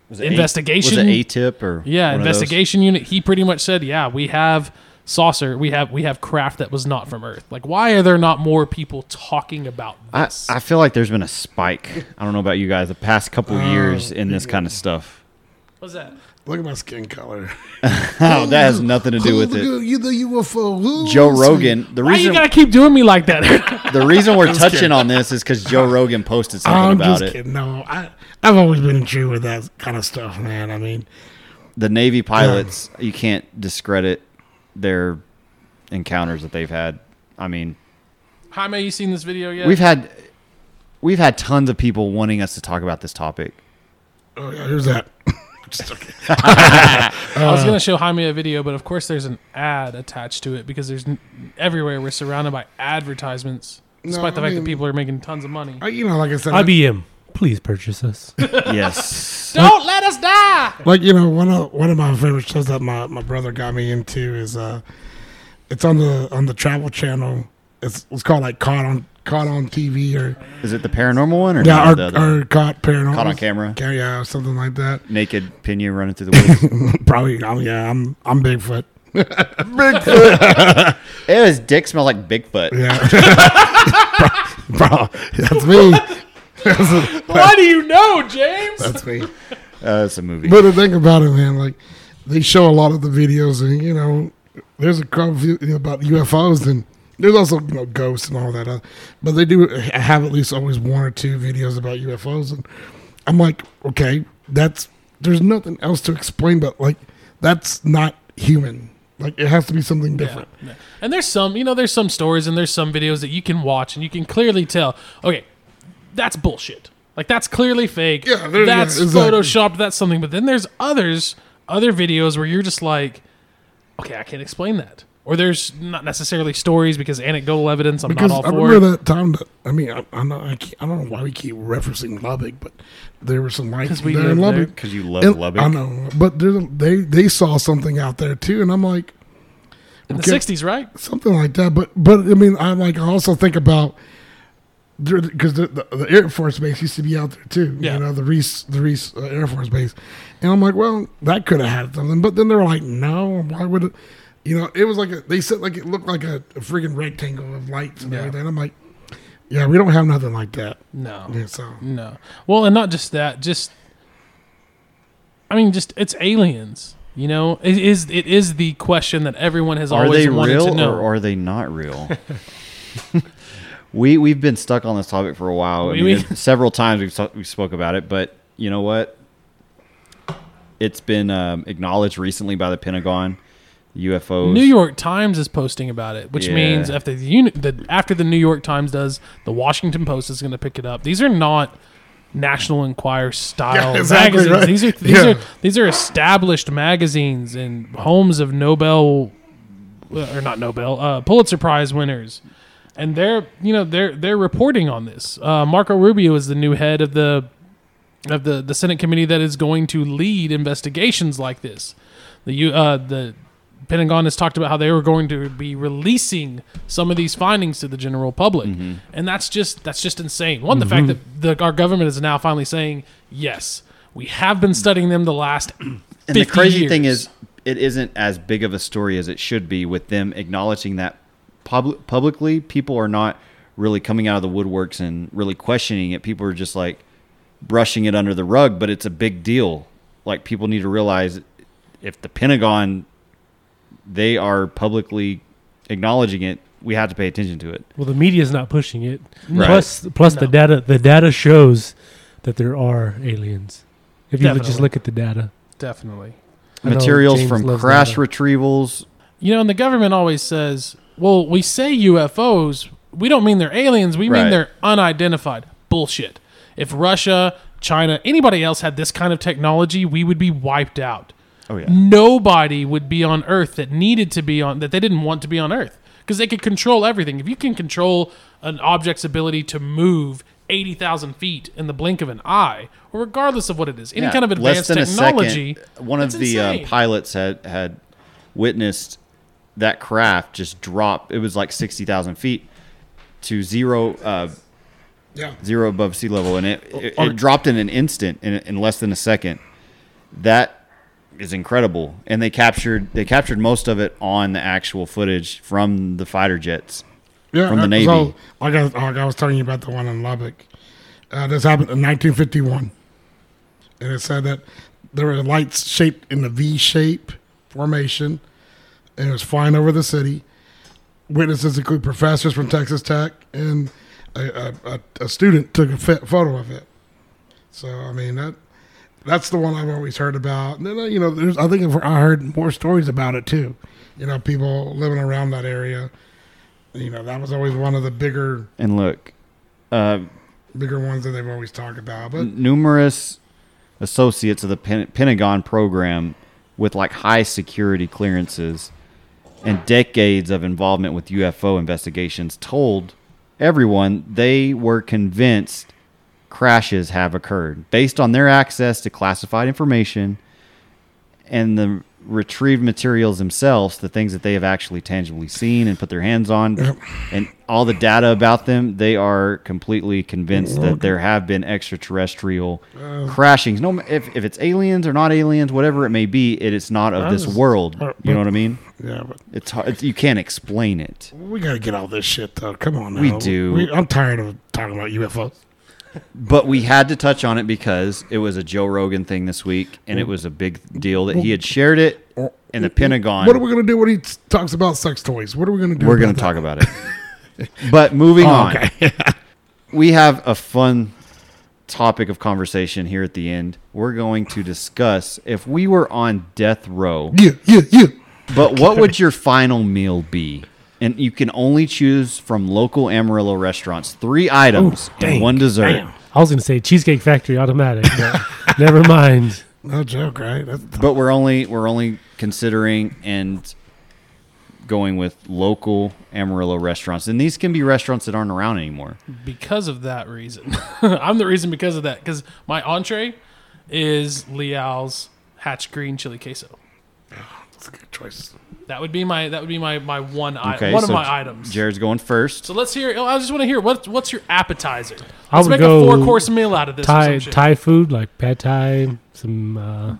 S1: was it A-
S3: investigation?
S1: was it a tip or
S3: Yeah,
S1: one of those?
S3: investigation unit. He pretty much said, "Yeah, we have saucer. We have we have craft that was not from Earth. Like, why are there not more people talking about
S1: I,
S3: this?
S1: I feel like there's been a spike. I don't know about you guys. The past couple
S3: Oh,
S1: years in this kind of stuff.
S3: What's that?
S2: Look at my skin color.
S1: Oh, that has nothing to do with
S2: Who
S1: it.
S2: You the UFO. Who
S1: Joe
S2: is-
S1: Rogan. The
S3: Why you
S1: reason
S3: gotta keep doing me like that?
S1: the reason we're touching on this is because Joe Rogan posted something
S2: I'm
S1: about
S2: just
S1: it.
S2: kidding. No, I, I've always been true with that kind of stuff, man. I mean,
S1: The Navy pilots. You can't discredit their encounters that they've had. I mean,
S3: Jaime, you seen this video yet?
S1: we've had we've had tons of people wanting us to talk about this topic.
S2: oh yeah, there's that.
S3: I was gonna show Jaime a video, but of course there's an ad attached to it because there's n- everywhere we're surrounded by advertisements, despite the
S2: I
S3: fact
S2: mean-
S3: that people are making tons of money.
S2: I- you know, like I said, I-
S4: IBM, please purchase us.
S1: Yes.
S3: Don't let us die.
S2: like you know one of one of my favorite shows that my, my brother got me into is uh it's on the on the travel channel it's it's called like caught on caught on tv or
S1: Is it the paranormal one or
S2: yeah
S1: no,
S2: or,
S1: the other one?
S2: or caught paranormal
S1: Caught on camera?
S2: yeah, yeah or something like that
S1: naked pinion running through the woods?
S2: probably oh, yeah i'm i'm bigfoot
S1: Ew, his dick smelled like Bigfoot.
S2: yeah bro, bro that's me that's,
S3: Why do you know, James?
S2: that's me
S1: Uh, it's a movie.
S2: But the thing about it, man, like they show a lot of the videos, and you know, there's a crowd view- you know, about UFOs, and there's also you know ghosts and all that. Uh, but they do have at least always one or two videos about UFOs, and I'm like, okay, that's there's nothing else to explain, but like that's not human. Like it has to be something different.
S3: Yeah. And there's some, you know, there's some stories and there's some videos that you can watch and you can clearly tell, okay, that's bullshit. Like that's clearly fake.
S2: Yeah, there- yeah,
S3: that's
S2: exactly.
S3: photoshopped. That's something. But then there's others, other videos where you're just like, okay, I can't explain that. Or there's not necessarily stories because anecdotal evidence. I'm
S2: Because
S3: not all
S2: I
S3: for.
S2: remember that time that I mean I, I'm not, I, keep, I don't know why we keep referencing Lubbock, but there were some lights
S3: 'Cause we
S2: there in
S3: live there.
S2: Lubbock.
S1: Because you love
S2: And-
S1: Lubbock.
S2: I know, but there's- they they saw something out there too, and I'm like
S3: in the
S2: Okay.
S3: '60s, right?
S2: something like that. But but I mean, I like I also think about because the, the, the Air Force Base used to be out there too.
S3: Yeah.
S2: You know the Reese the Reese uh, Air Force Base, and I'm like, well, that could have had something. But then they're like, no, why would it? You know, it was like a, they said like it looked like a, a friggin' rectangle of lights and
S3: Yeah.
S2: everything. I'm like, yeah, we don't have nothing like that.
S3: No.
S2: Yeah, so
S3: No. Well, and not just that, just I mean, just it's aliens. You know, it is it is the question that everyone has
S1: are
S3: always
S1: they
S3: wanted to
S1: real
S3: know.
S1: or are they not real? we we've been stuck on this topic for a while. I
S3: We-
S1: mean,
S3: we-
S1: it- several times we've so- we spoke about it, but you know what? It's been um, acknowledged recently by the Pentagon. UFOs.
S3: New York Times is posting about it, which
S1: Yeah.
S3: means after the, uni- the after the New York Times does, the Washington Post is going to pick it up. These are not National Enquirer style
S2: Yeah, exactly
S3: magazines.
S2: right.
S3: These are these
S2: Yeah.
S3: are these are established magazines and homes of Nobel or not Nobel uh, Pulitzer Prize winners. And they're you know they're they're reporting on this. Uh, Marco Rubio is the new head of the of the, the Senate committee that is going to lead investigations like this. The U- uh, the Pentagon has talked about how they were going to be releasing some of these findings to the general public, and that's just that's just insane. One, the fact that the, our government is now finally saying yes, we have been studying them the last. 50
S1: and the crazy
S3: years.
S1: thing is, it isn't as big of a story as it should be with them acknowledging that pub- publicly. People are not really coming out of the woodworks and really questioning it. People are just like brushing it under the rug, but it's a big deal. Like people need to realize if the Pentagon, they are publicly acknowledging it. We have to pay attention to it.
S4: Well, the media's not pushing it.
S1: Right.
S4: Plus, plus the
S3: No.
S4: data. The data shows that there are aliens. If you just
S3: Definitely.
S4: look at the data,
S3: definitely.
S4: I know
S1: Materials
S4: James
S1: from
S4: loves
S1: crash
S4: data.
S1: retrievals.
S3: You know, and the government always says, well, we say UFOs. We don't mean they're aliens. We
S1: Right.
S3: mean they're unidentified. Bullshit. If Russia, China, anybody else had this kind of technology, we would be wiped out.
S1: Oh yeah.
S3: Nobody would be on Earth that needed to be on, that they didn't want to be on Earth because they could control everything. If you can control an object's ability to move 80,000 feet in the blink of an eye, or regardless of what it is, any
S1: Yeah,
S3: kind of advanced technology.
S1: Second, one of
S3: that's
S1: the um,
S3: insane.
S1: pilots had had witnessed that craft just drop. It was like sixty thousand feet to zero, uh,
S2: yeah,
S1: zero above sea level, and it it, it dropped in an instant, in, in less than a second. that is incredible. And they captured they captured most of it on the actual footage from the fighter jets.
S2: Yeah,
S1: from the
S2: uh,
S1: Navy.
S2: So, like, I, like I was telling you about the one in Lubbock. Uh, this happened in 1951. And it said that there were lights shaped in a V shape formation, and it was flying over the city. Witnesses include professors from Texas Tech, and a, a, a, a student took a fit photo of it. So, I mean, that that's the one I've always heard about. And then, uh, you know, there's, I think I've- I heard more stories about it too. You know, people living around that area you know that was always one of the bigger
S1: And look, uh,
S2: bigger ones that they've always talked about but
S1: Mm. numerous associates of the Pen- Pentagon program with like high security clearances and decades of involvement with UFO investigations told everyone they were convinced crashes have occurred based on their access to classified information and the retrieved materials themselves, the things that they have actually tangibly seen and put their hands on,
S2: Yep.
S1: and all the data about them, they are completely convinced that there have been extraterrestrial crashings. No, ma- if, if it's aliens or not aliens, whatever it may be, it is not of this
S4: was-
S1: world. You know what I mean?
S2: yeah but
S1: It's hard. It's, you can't explain it.
S2: we gotta get all this shit though come on now.
S1: We do.
S2: i'm tired of talking about ufos
S1: But we had to touch on it because it was a Joe Rogan thing this week, and it was a big deal that he had shared it in the Pentagon.
S2: what are we gonna do when he t- talks about sex toys what are we gonna do
S1: We're
S2: about
S1: going
S2: that? Oh,
S1: to talk about it. but moving on, we have a fun topic of conversation here at the end. We're going to discuss if we were on death row,
S2: yeah yeah yeah
S1: but what would your final meal be? And you can only choose from local Amarillo restaurants three items
S2: dang,
S1: and one dessert.
S2: damn.
S4: I was gonna say Cheesecake Factory automatic, but never mind.
S2: no joke right That's the-
S1: But we're only we're only considering and going with local Amarillo restaurants, and these can be restaurants that aren't around anymore.
S3: Uh, because of that reason. I'm the reason because of that. Because my entree is Liao's hatch green chili queso.
S2: that's a good choice
S3: That would be my that would be my my one i-
S1: Okay,
S3: one
S1: so
S3: of my items.
S1: Jared's going first.
S3: so let's hear. oh, I just want to hear what what's your appetizer. Let's
S4: I would
S3: make
S4: go
S3: a four course meal out of this. or
S4: Thai
S3: some shit.
S4: Thai food like pad Thai, some uh,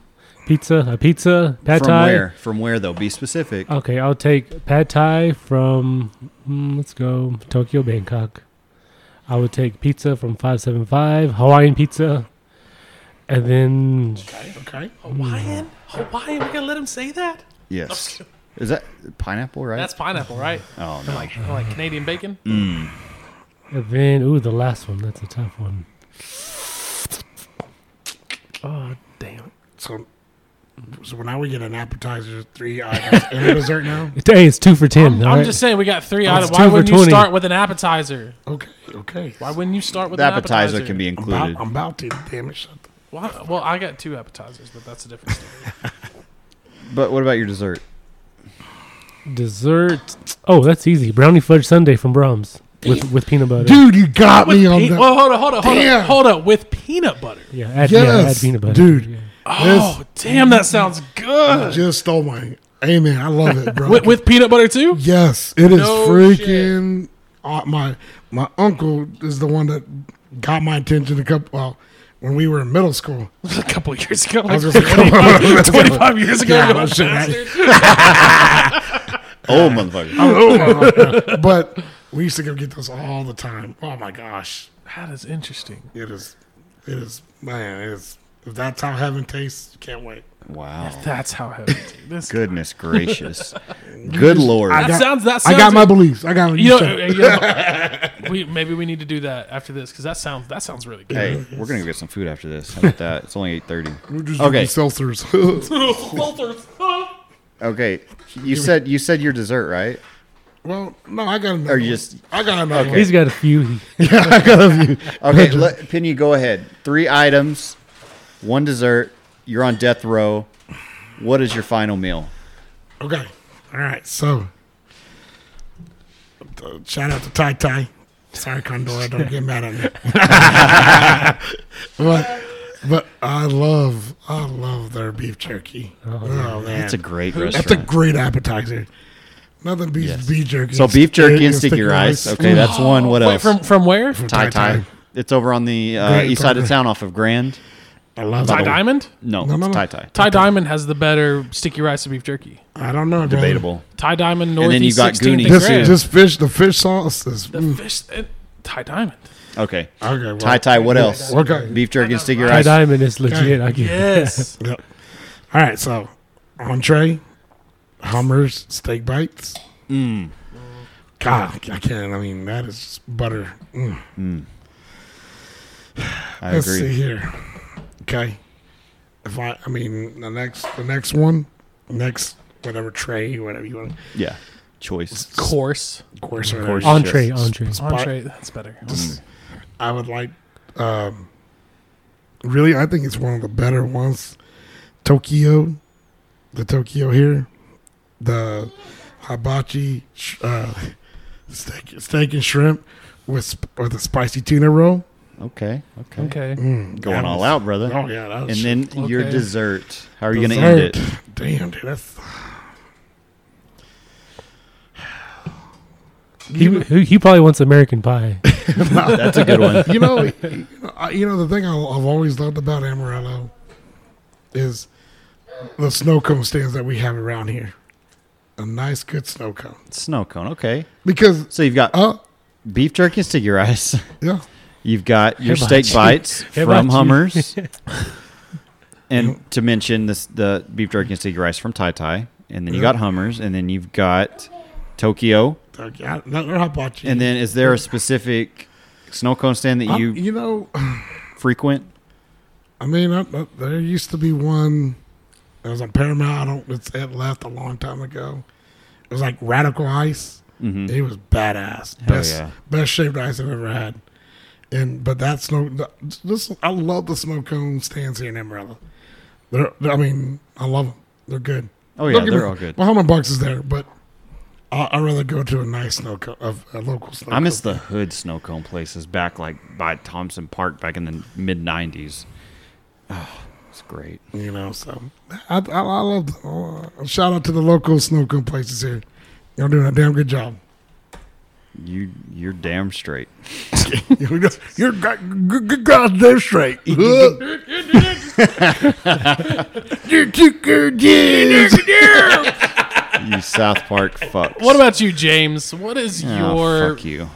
S4: pizza, a pizza, pad
S1: From
S4: Thai. Oh.
S1: where? From where though? Be specific.
S4: Okay, I'll take pad Thai from mm, let's go Tokyo, Bangkok. I would take pizza from Five Seven Five, Hawaiian pizza, and then
S2: okay okay
S3: Hawaiian. Hawaiian. We gonna let him say that?
S1: Yes. Is that pineapple, right?
S3: That's pineapple, right?
S1: oh
S3: I'm
S1: no.
S3: like I'm like Canadian bacon.
S1: Mm.
S4: and then ooh the last one. That's a tough one. Oh damn!
S2: so so now we get an appetizer three items and a dessert now
S4: Hey, it's two for 10
S3: I'm
S4: all right?
S3: just saying we got three items.
S4: it's
S3: Why
S4: two for
S3: wouldn't you
S4: 20.
S3: start with an appetizer?
S2: okay okay
S3: Why wouldn't you start with
S1: The
S3: an
S1: appetizer, can be
S2: I'm
S1: included.
S2: about, I'm about to damn it shut the-
S3: Why- well, I got two appetizers, but that's a different story.
S1: But what about your dessert?
S4: Dessert. Oh, that's easy. Brownie fudge sundae from Brahms with with peanut butter.
S2: dude you got me on
S3: Pe-
S2: that
S3: well, hold on, hold on, hold on,
S2: Damn.
S3: hold on. With peanut butter.
S4: Yeah, add, yeah,
S2: Yes,
S4: add peanut butter.
S2: dude.
S4: Yeah.
S3: Oh, damn, that sounds good.
S2: just stole my amen i love it bro
S3: With, with peanut butter too?
S2: Yes, it is
S3: No
S2: freaking. Uh, my my uncle is the one that got my attention a couple. Well, when we were in middle school,
S3: A couple of years ago,
S2: I
S3: like
S2: was gonna say,
S3: twenty-five years ago,
S2: Yeah,
S3: you
S2: no shit, right?
S3: bastard.
S1: Oh motherfucker.
S2: but we used to go get those all the time. Oh my gosh,
S3: That is interesting.
S2: it is, it is, man, it is. If that's how heaven tastes, you can't wait.
S1: Wow.
S3: That's how heavy. dude. This
S1: Goodness gracious. Good lord.
S2: I
S3: that
S2: got-
S3: sounds. That sounds.
S2: I got my beliefs. I got
S3: You know, uh,
S2: shut-
S3: you know, we, maybe we need to do that after this because that sounds that sounds really good.
S1: hey, we're gonna go get some food after this. How about that? It's only eight thirty.
S2: We're just
S1: Okay.
S2: drinking seltzers.
S1: Okay. You said you said your dessert, right?
S2: well, no, I got another.
S1: Or
S2: one.
S1: you just
S2: I got another.
S1: Okay.
S4: He's got a few.
S1: Okay, let Penny go ahead. Three items, one dessert, you're on death row. What is your final meal?
S2: one. Okay. All right. So, uh, shout out to Tai Tai. Sorry, Condora. Don't get mad at me. but, but I love, I love their beef jerky. Oh, man,
S1: That's a great
S2: that's a
S1: restaurant.
S2: great appetizer. Nothing beats beef jerky.
S1: so
S2: and
S1: beef jerky and
S2: steak
S1: sticky rice. Okay, that's one. What
S3: Wait,
S1: else?
S3: from from where?
S1: Thai
S2: Thai Thai.
S1: Thai. It's over on the uh,
S2: Great
S1: east side of
S2: burger.
S1: town off of Grand.
S2: Mm. I love
S3: Ty
S2: it.
S3: Diamond?
S1: No,
S2: No, no,
S1: it's
S2: no.
S1: tie tie.
S3: Ty Diamond has the better sticky rice and beef jerky.
S2: I don't know. brother.
S1: Debatable.
S3: Ty Diamond
S1: then
S3: Northeast
S1: you've got
S3: 16th and
S1: Goonies.
S2: Just,
S3: Grand.
S2: just fish. The fish sauce is.
S3: the
S2: mm.
S3: fish. uh, Ty Diamond.
S1: Okay.
S2: Okay. Well,
S1: Tie tie. What else?
S2: Okay.
S1: Beef jerky and sticky
S4: Ty
S1: rice.
S4: Diamond is legit. I get
S3: Yes.
S2: Yep. All right. So, entree, Hummers, steak bites.
S1: Mm.
S2: God, I can't. I mean, that is just butter. Mm.
S1: I
S2: Let's see
S1: agree.
S2: here. Okay. If I, I mean, the next, the next one, next whatever tray, whatever you want,
S1: Yeah. Choice.
S3: Course.
S2: of course,
S1: Of
S2: whatever.
S1: course.
S4: entree,
S1: Yes.
S4: entree.
S3: Entree. That's better.
S1: Mm.
S2: I would like. Um, really, I think it's one of the better ones. Tokyo, the Tokyo here, the hibachi sh- uh, steak, steak and shrimp with sp- or the spicy tuna roll.
S1: Okay. Okay.
S3: Okay.
S2: Mm,
S1: Going
S2: that
S1: all
S2: was-
S1: out, brother.
S2: Oh yeah, that
S1: And
S2: was
S1: then your
S3: Okay.
S1: dessert. How are you going to end it?
S2: Damn, dude, that's
S4: He, he he probably wants American pie.
S1: That's a good one.
S2: you know, you know, I- you know the thing I, I've always loved about Amarillo is the snow cone stands that we have around here. A nice, good snow cone
S1: Snow cone. Okay.
S2: because
S1: So you've got
S2: uh
S1: beef jerky and sticky rice.
S2: yeah
S1: You've got your
S4: Hibachi.
S1: steak bites from
S4: Hibachi.
S1: Hummers, and to mention this, the beef jerky and sticky rice from Tai Tai, and then you
S2: Yeah.
S1: got Hummers, and then you've got Tokyo,
S2: turkey. I, not, not hibachi.
S1: and then is there a specific snow cone stand that
S2: I,
S1: you
S2: you you know,
S1: frequent?
S2: I mean, I, I- there used to be one. It was on Paramount. I don't. It's, it left a long time ago. It was like Radical Ice.
S1: Mm-hmm.
S2: It was badass.
S1: Hell
S2: Best
S1: yeah.
S2: best shaved ice I've ever had. And but that snow this I love the snow cone stands here in Amarillo. They're, I mean, I love them. They're good.
S1: Oh yeah,
S2: Don't get me
S1: they're
S2: wrong.
S1: all good.
S2: My home box is there, but I I rather go to a nice snow cone of a local snow.
S1: I miss
S2: cone.
S1: the hood snow cone places back like by Thompson Park back in the mid '90s. Oh, it's great.
S2: you know. So I I, I love. Uh, shout out to the local snow cone places here. Y'all doing a damn good job.
S1: You you're damn straight.
S2: You're go- go- go- goddamn straight. You're too good, yes.
S1: You South Park fucks.
S3: What about you, James? What is
S1: Ah,
S3: your?
S1: fuck you?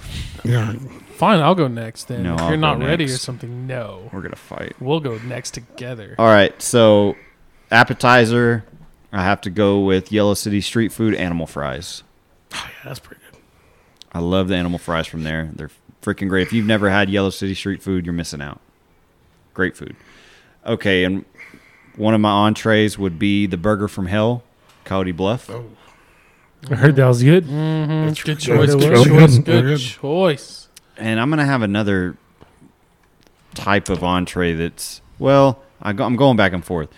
S2: Yeah,
S3: Fine, I'll go next. Then
S1: No,
S3: if
S1: I'll
S3: you're
S1: go
S3: not ready or
S1: next.
S3: something, no,
S1: We're gonna fight.
S3: we'll go next together.
S1: All right, so appetizer, I have to go with Yellow City Street Food Animal Fries.
S2: Oh, yeah, that's pretty good.
S1: I love the animal fries from there. They're freaking great. If you've never had Yellow City Street Food, you're missing out. Great food. Okay, and one of my entrees would be the burger from hell, Coyote Bluff.
S2: Oh,
S4: I heard that was good.
S2: that's
S3: Mm, Good
S2: really
S3: choice.
S4: Really
S2: good.
S3: Good choice.
S2: Really
S3: Good
S2: good.
S3: choice.
S1: And I'm going to have another type of entree that's, well, I go, I'm going back and forth.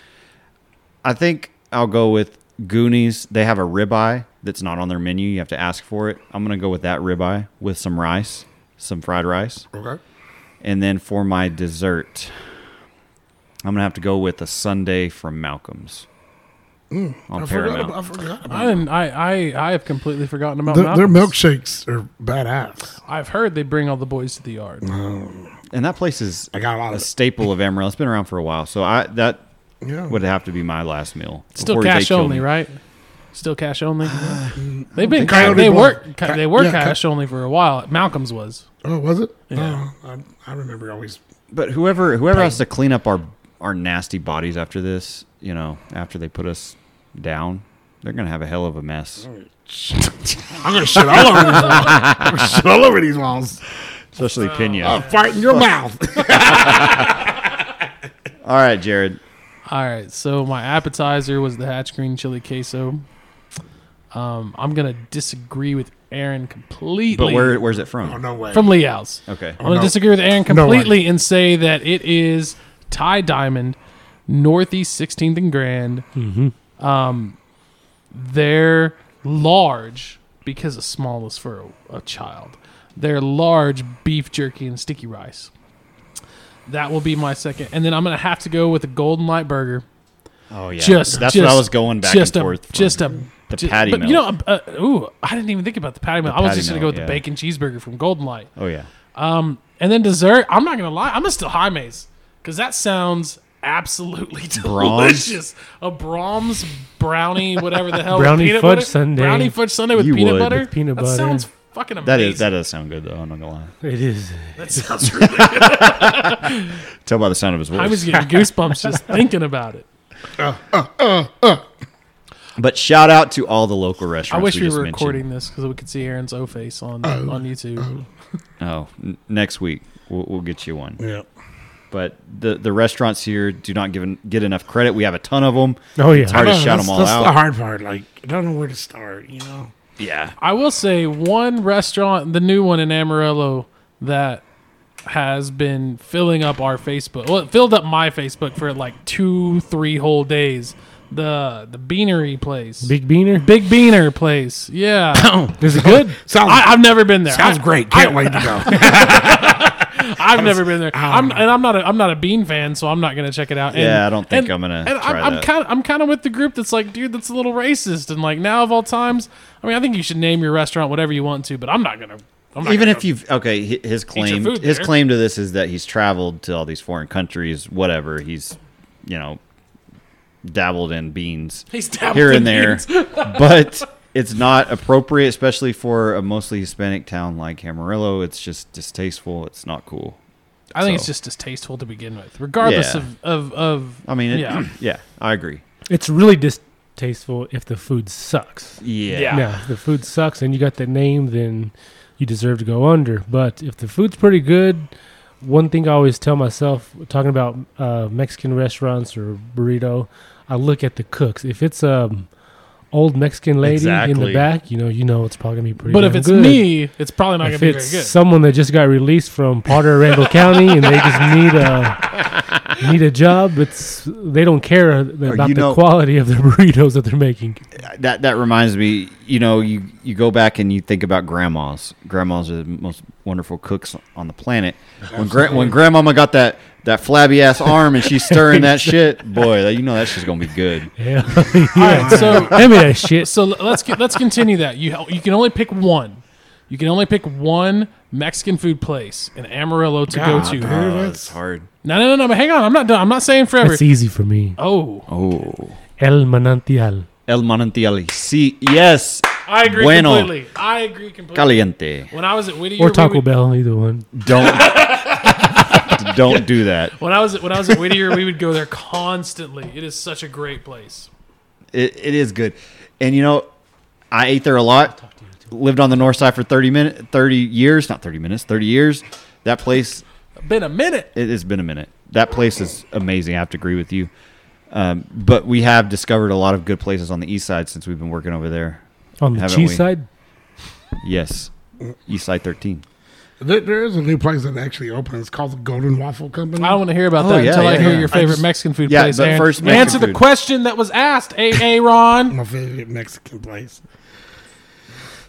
S1: I think I'll go with Goonies. They have a ribeye that's not on their menu. You have to ask for it. I'm going to go with that ribeye with some rice, some fried rice.
S2: Okay.
S1: And then for my dessert, I'm going to have to go with a sundae from Malcolm's on
S2: Mm. I forgot,
S1: Paramount.
S2: about, I forgot about
S3: I, didn't, I I I have completely forgotten about
S2: their, their
S3: Malcolm's.
S2: milkshakes are badass.
S3: I've heard they bring all the boys to the yard.
S1: and that place is
S2: I got a lot
S1: a
S2: of
S1: staple of Amarillo. It's been around for a while. So I that
S2: yeah.
S1: would have to be my last meal.
S3: Still
S1: before they
S3: cash
S1: kill
S3: only,
S1: me.
S3: right? Still cash only. They've been
S2: think so.
S3: they
S2: Coyote
S3: work
S2: Bluff. Ca-
S3: they were
S2: yeah, ca-
S3: cash only for a while. Malcolm's was.
S2: Oh, was it?
S3: Yeah.
S2: Oh, I, I remember always.
S1: But whoever whoever has to clean up our our nasty bodies after this, you know, after they put us down, they're gonna have a hell of a mess.
S2: I'm gonna shit all over these walls. I'm gonna shit all over these walls.
S1: Especially Pena.
S3: uh,
S2: I'm farting your mouth.
S1: All right, Jared.
S3: All right, so my appetizer was the Hatch Green Chili Queso. Um, I'm gonna disagree with Aaron completely.
S1: But where where's it
S2: oh
S1: from?
S2: no way.
S3: from Lee Al's?
S1: Okay.
S3: I'm gonna
S2: no.
S3: disagree with Aaron
S2: No way.
S3: completely and say that it is Ty Diamond, Northeast 16th and Grand. Um,
S1: Mm-hmm.
S3: they're large because the smallest for a, a child. They're large beef jerky and sticky rice. That will be my second, and then I'm gonna have to go with a Golden Light Burger.
S1: Oh yeah.
S3: Just
S1: that's what
S3: just-
S1: I was going back
S3: just
S1: and
S3: a,
S1: forth. from.
S3: Just a
S1: The
S3: ju-
S1: patty
S3: but you know,
S1: melt.
S3: uh, uh, ooh, I didn't even think about the patty melt. I was
S1: patty
S3: just gonna go
S1: melt,
S3: with the
S1: yeah.
S3: bacon cheeseburger from Golden Light.
S1: oh yeah.
S3: And then dessert, I'm not gonna lie, I'm gonna still high maze because that sounds absolutely
S1: Brahms?
S3: delicious. A Brahms brownie, whatever the hell.
S4: Brownie
S3: with peanut
S4: fudge
S3: butter?
S4: sundae.
S3: Brownie fudge sundae with
S1: You
S3: peanut
S1: would.
S3: butter.
S1: With
S4: peanut
S3: that
S4: butter.
S3: sounds fucking amazing.
S1: That is that does sound good though. I'm not gonna lie.
S4: It is.
S3: That sounds really.
S1: Tell by the sound of his voice.
S3: I was getting goosebumps just thinking about it.
S1: but shout out to all the local
S3: I
S1: restaurants.
S3: wish we
S1: just
S3: were
S1: mentioned.
S3: recording this because we could see Aaron's O face on on YouTube.
S1: Oh, n- next week we'll, we'll get you one.
S2: Yeah.
S1: But the the restaurants here do not give en- get enough credit. We have a ton of them.
S4: Oh yeah.
S1: It's hard to shout
S2: that's,
S1: them all
S2: that's
S1: out.
S2: the hard part. Like, I don't know where to start, you know?
S1: Yeah,
S3: I will say one restaurant, the new one in Amarillo, that has been filling up our Facebook. Well, it filled up my Facebook for like two, three whole days. The the Beanery place,
S4: Big Beaner.
S3: Big Beaner place. Yeah,
S1: Oh.
S4: Is it good?
S2: Sounds,
S3: I, I've never been there.
S2: sounds
S3: I-
S2: great. Can't wait to go.
S3: I've never been
S1: oh.
S3: there.
S2: I
S3: I'm
S2: don't know.
S3: and I'm not a I'm not a bean fan, so I'm not gonna check it out. And-
S1: Yeah, I don't think
S3: and-
S1: I'm gonna
S3: And
S1: try
S3: I'm, I'm
S1: that.
S3: kind of I'm kind of with the group that's like, dude, that's a little racist. And like now of all times, I mean, I think you should name your restaurant whatever you want to, but I'm not gonna. I'm not
S1: even
S3: gonna-
S1: if you've okay, hi- his claim
S3: food
S1: his
S3: there.
S1: claim to this is that he's traveled to all these foreign countries. Whatever he's, you know, dabbled in beans.
S3: He's dabbled
S1: here
S3: in
S1: and there,
S3: beans.
S1: but it's not appropriate, especially for a mostly Hispanic town like Amarillo. It's just distasteful. It's not cool.
S3: I think it's
S1: So-
S3: just distasteful to begin with, regardless
S1: Yeah.
S3: of, of of.
S1: I mean, it,
S3: yeah,
S1: yeah, I agree.
S4: It's really distasteful if the food sucks.
S1: Yeah,
S3: Yeah.
S4: Now, if the food sucks and you got that name, then you deserve to go under. But if the food's pretty good, one thing I always tell myself, talking about uh, Mexican restaurants or burrito, I look at the cooks. If it's um, old Mexican lady in
S1: Exactly.
S4: the back, you know, you know it's probably gonna be pretty.
S3: but if
S4: damn
S3: it's
S4: good.
S3: me, it's probably not
S4: if
S3: gonna be
S4: it's
S3: very good.
S4: someone that just got released from Potter Randall County and they just need a need a job, it's they don't care about
S1: you
S4: the
S1: know-
S4: quality of the burritos that they're making.
S1: that that reminds me. You know, you you go back and you think about grandmas. Grandmas are the most wonderful cooks on the planet. When gra- when grandmama got that that flabby ass arm and she's stirring that shit, boy, that- you know that shit's gonna be good.
S4: Yeah,
S3: All right, so
S4: I mean that shit.
S3: so let's get- let's continue that. You you can only pick one. You can only pick one Mexican food place in Amarillo to go
S2: God,
S3: to.
S2: dude.
S1: Oh,
S2: that's-
S1: it's hard.
S3: No, no, no, no. But hang on, I'm not done. I'm not saying forever.
S4: That's easy for me.
S3: Oh,
S1: Oh,
S4: El Manantial.
S1: El Manantial. See, yes,
S3: I agree
S1: Bueno.
S3: completely. I agree completely.
S1: caliente.
S3: When I was at Whittier,
S4: Or
S3: we
S4: Taco
S3: would-
S4: Bell, either one.
S1: Don't don't do that.
S3: When I was when I was at Whittier, we would go there constantly. It is such a great place.
S1: It, it is good, and you know, I ate there a lot. Lived on the north side for thirty minute, thirty years, not thirty minutes, thirty years. That place,
S3: Been a minute.
S1: it has been a minute. That place is amazing. I have to agree with you. Um, but we have discovered a lot of good places on the east side since we've been working over there.
S4: On the
S1: Haven't
S4: cheese
S1: we?
S4: side,
S1: Yes, east side thirteen.
S2: there, there is a new place that actually opened. It's called the Golden Waffle Company.
S3: I don't want to hear about
S1: Oh,
S3: that
S1: yeah,
S3: until I
S1: yeah,
S3: hear
S1: yeah.
S3: your
S1: I
S3: favorite
S1: just-
S3: Mexican food
S1: Yeah,
S3: place.
S1: but
S3: Aaron.
S1: first Mexican
S3: answer the
S1: food.
S3: question that was asked. A Ron.
S2: My favorite Mexican place.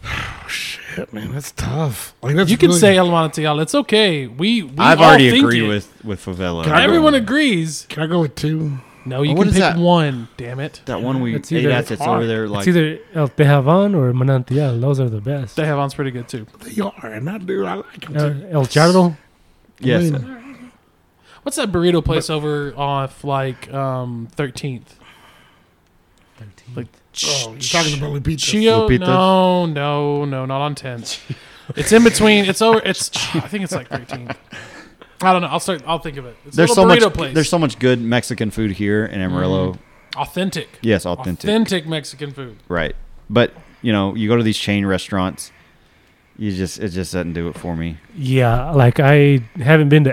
S2: Oh, shit, man. That's tough. Like, that's
S3: You can
S2: really-
S3: say El Manantial. It's okay. We, we
S1: I've
S3: all
S1: already
S3: think
S1: agreed
S3: it.
S1: with with Favela.
S2: Can I go-
S3: Everyone agrees.
S2: Can I go with two?
S3: No, you
S1: What
S3: can
S1: is
S3: pick
S1: that?
S3: one. Damn it.
S1: that one we
S4: It's
S1: ate
S4: either-
S1: at that's over there. Like
S4: it's either El Tejavan or Manantial. Those are the best.
S3: They have on's pretty good too.
S2: They are, and I do. I like them.
S4: Uh,
S2: too.
S4: El Charro.
S1: yes,
S2: I mean,
S3: What's that burrito place over off like um thirteenth? Like
S2: oh, you're talking about Lupita.
S3: Chio?
S1: Lupitas?
S3: No, no, no, not on tenth. It's in between. It's over. It's I think it's like thirteenth. I don't know. I'll start. I'll think of it. It's
S1: there's
S3: a
S1: so
S3: little
S1: much
S3: burrito place.
S1: there's so much good Mexican food here in Amarillo.
S3: authentic.
S1: Yes,
S3: authentic,
S1: authentic.
S3: Mexican food.
S1: Right. But you know, you go to these chain restaurants, you just it just doesn't do it for me.
S4: Yeah, like I haven't been to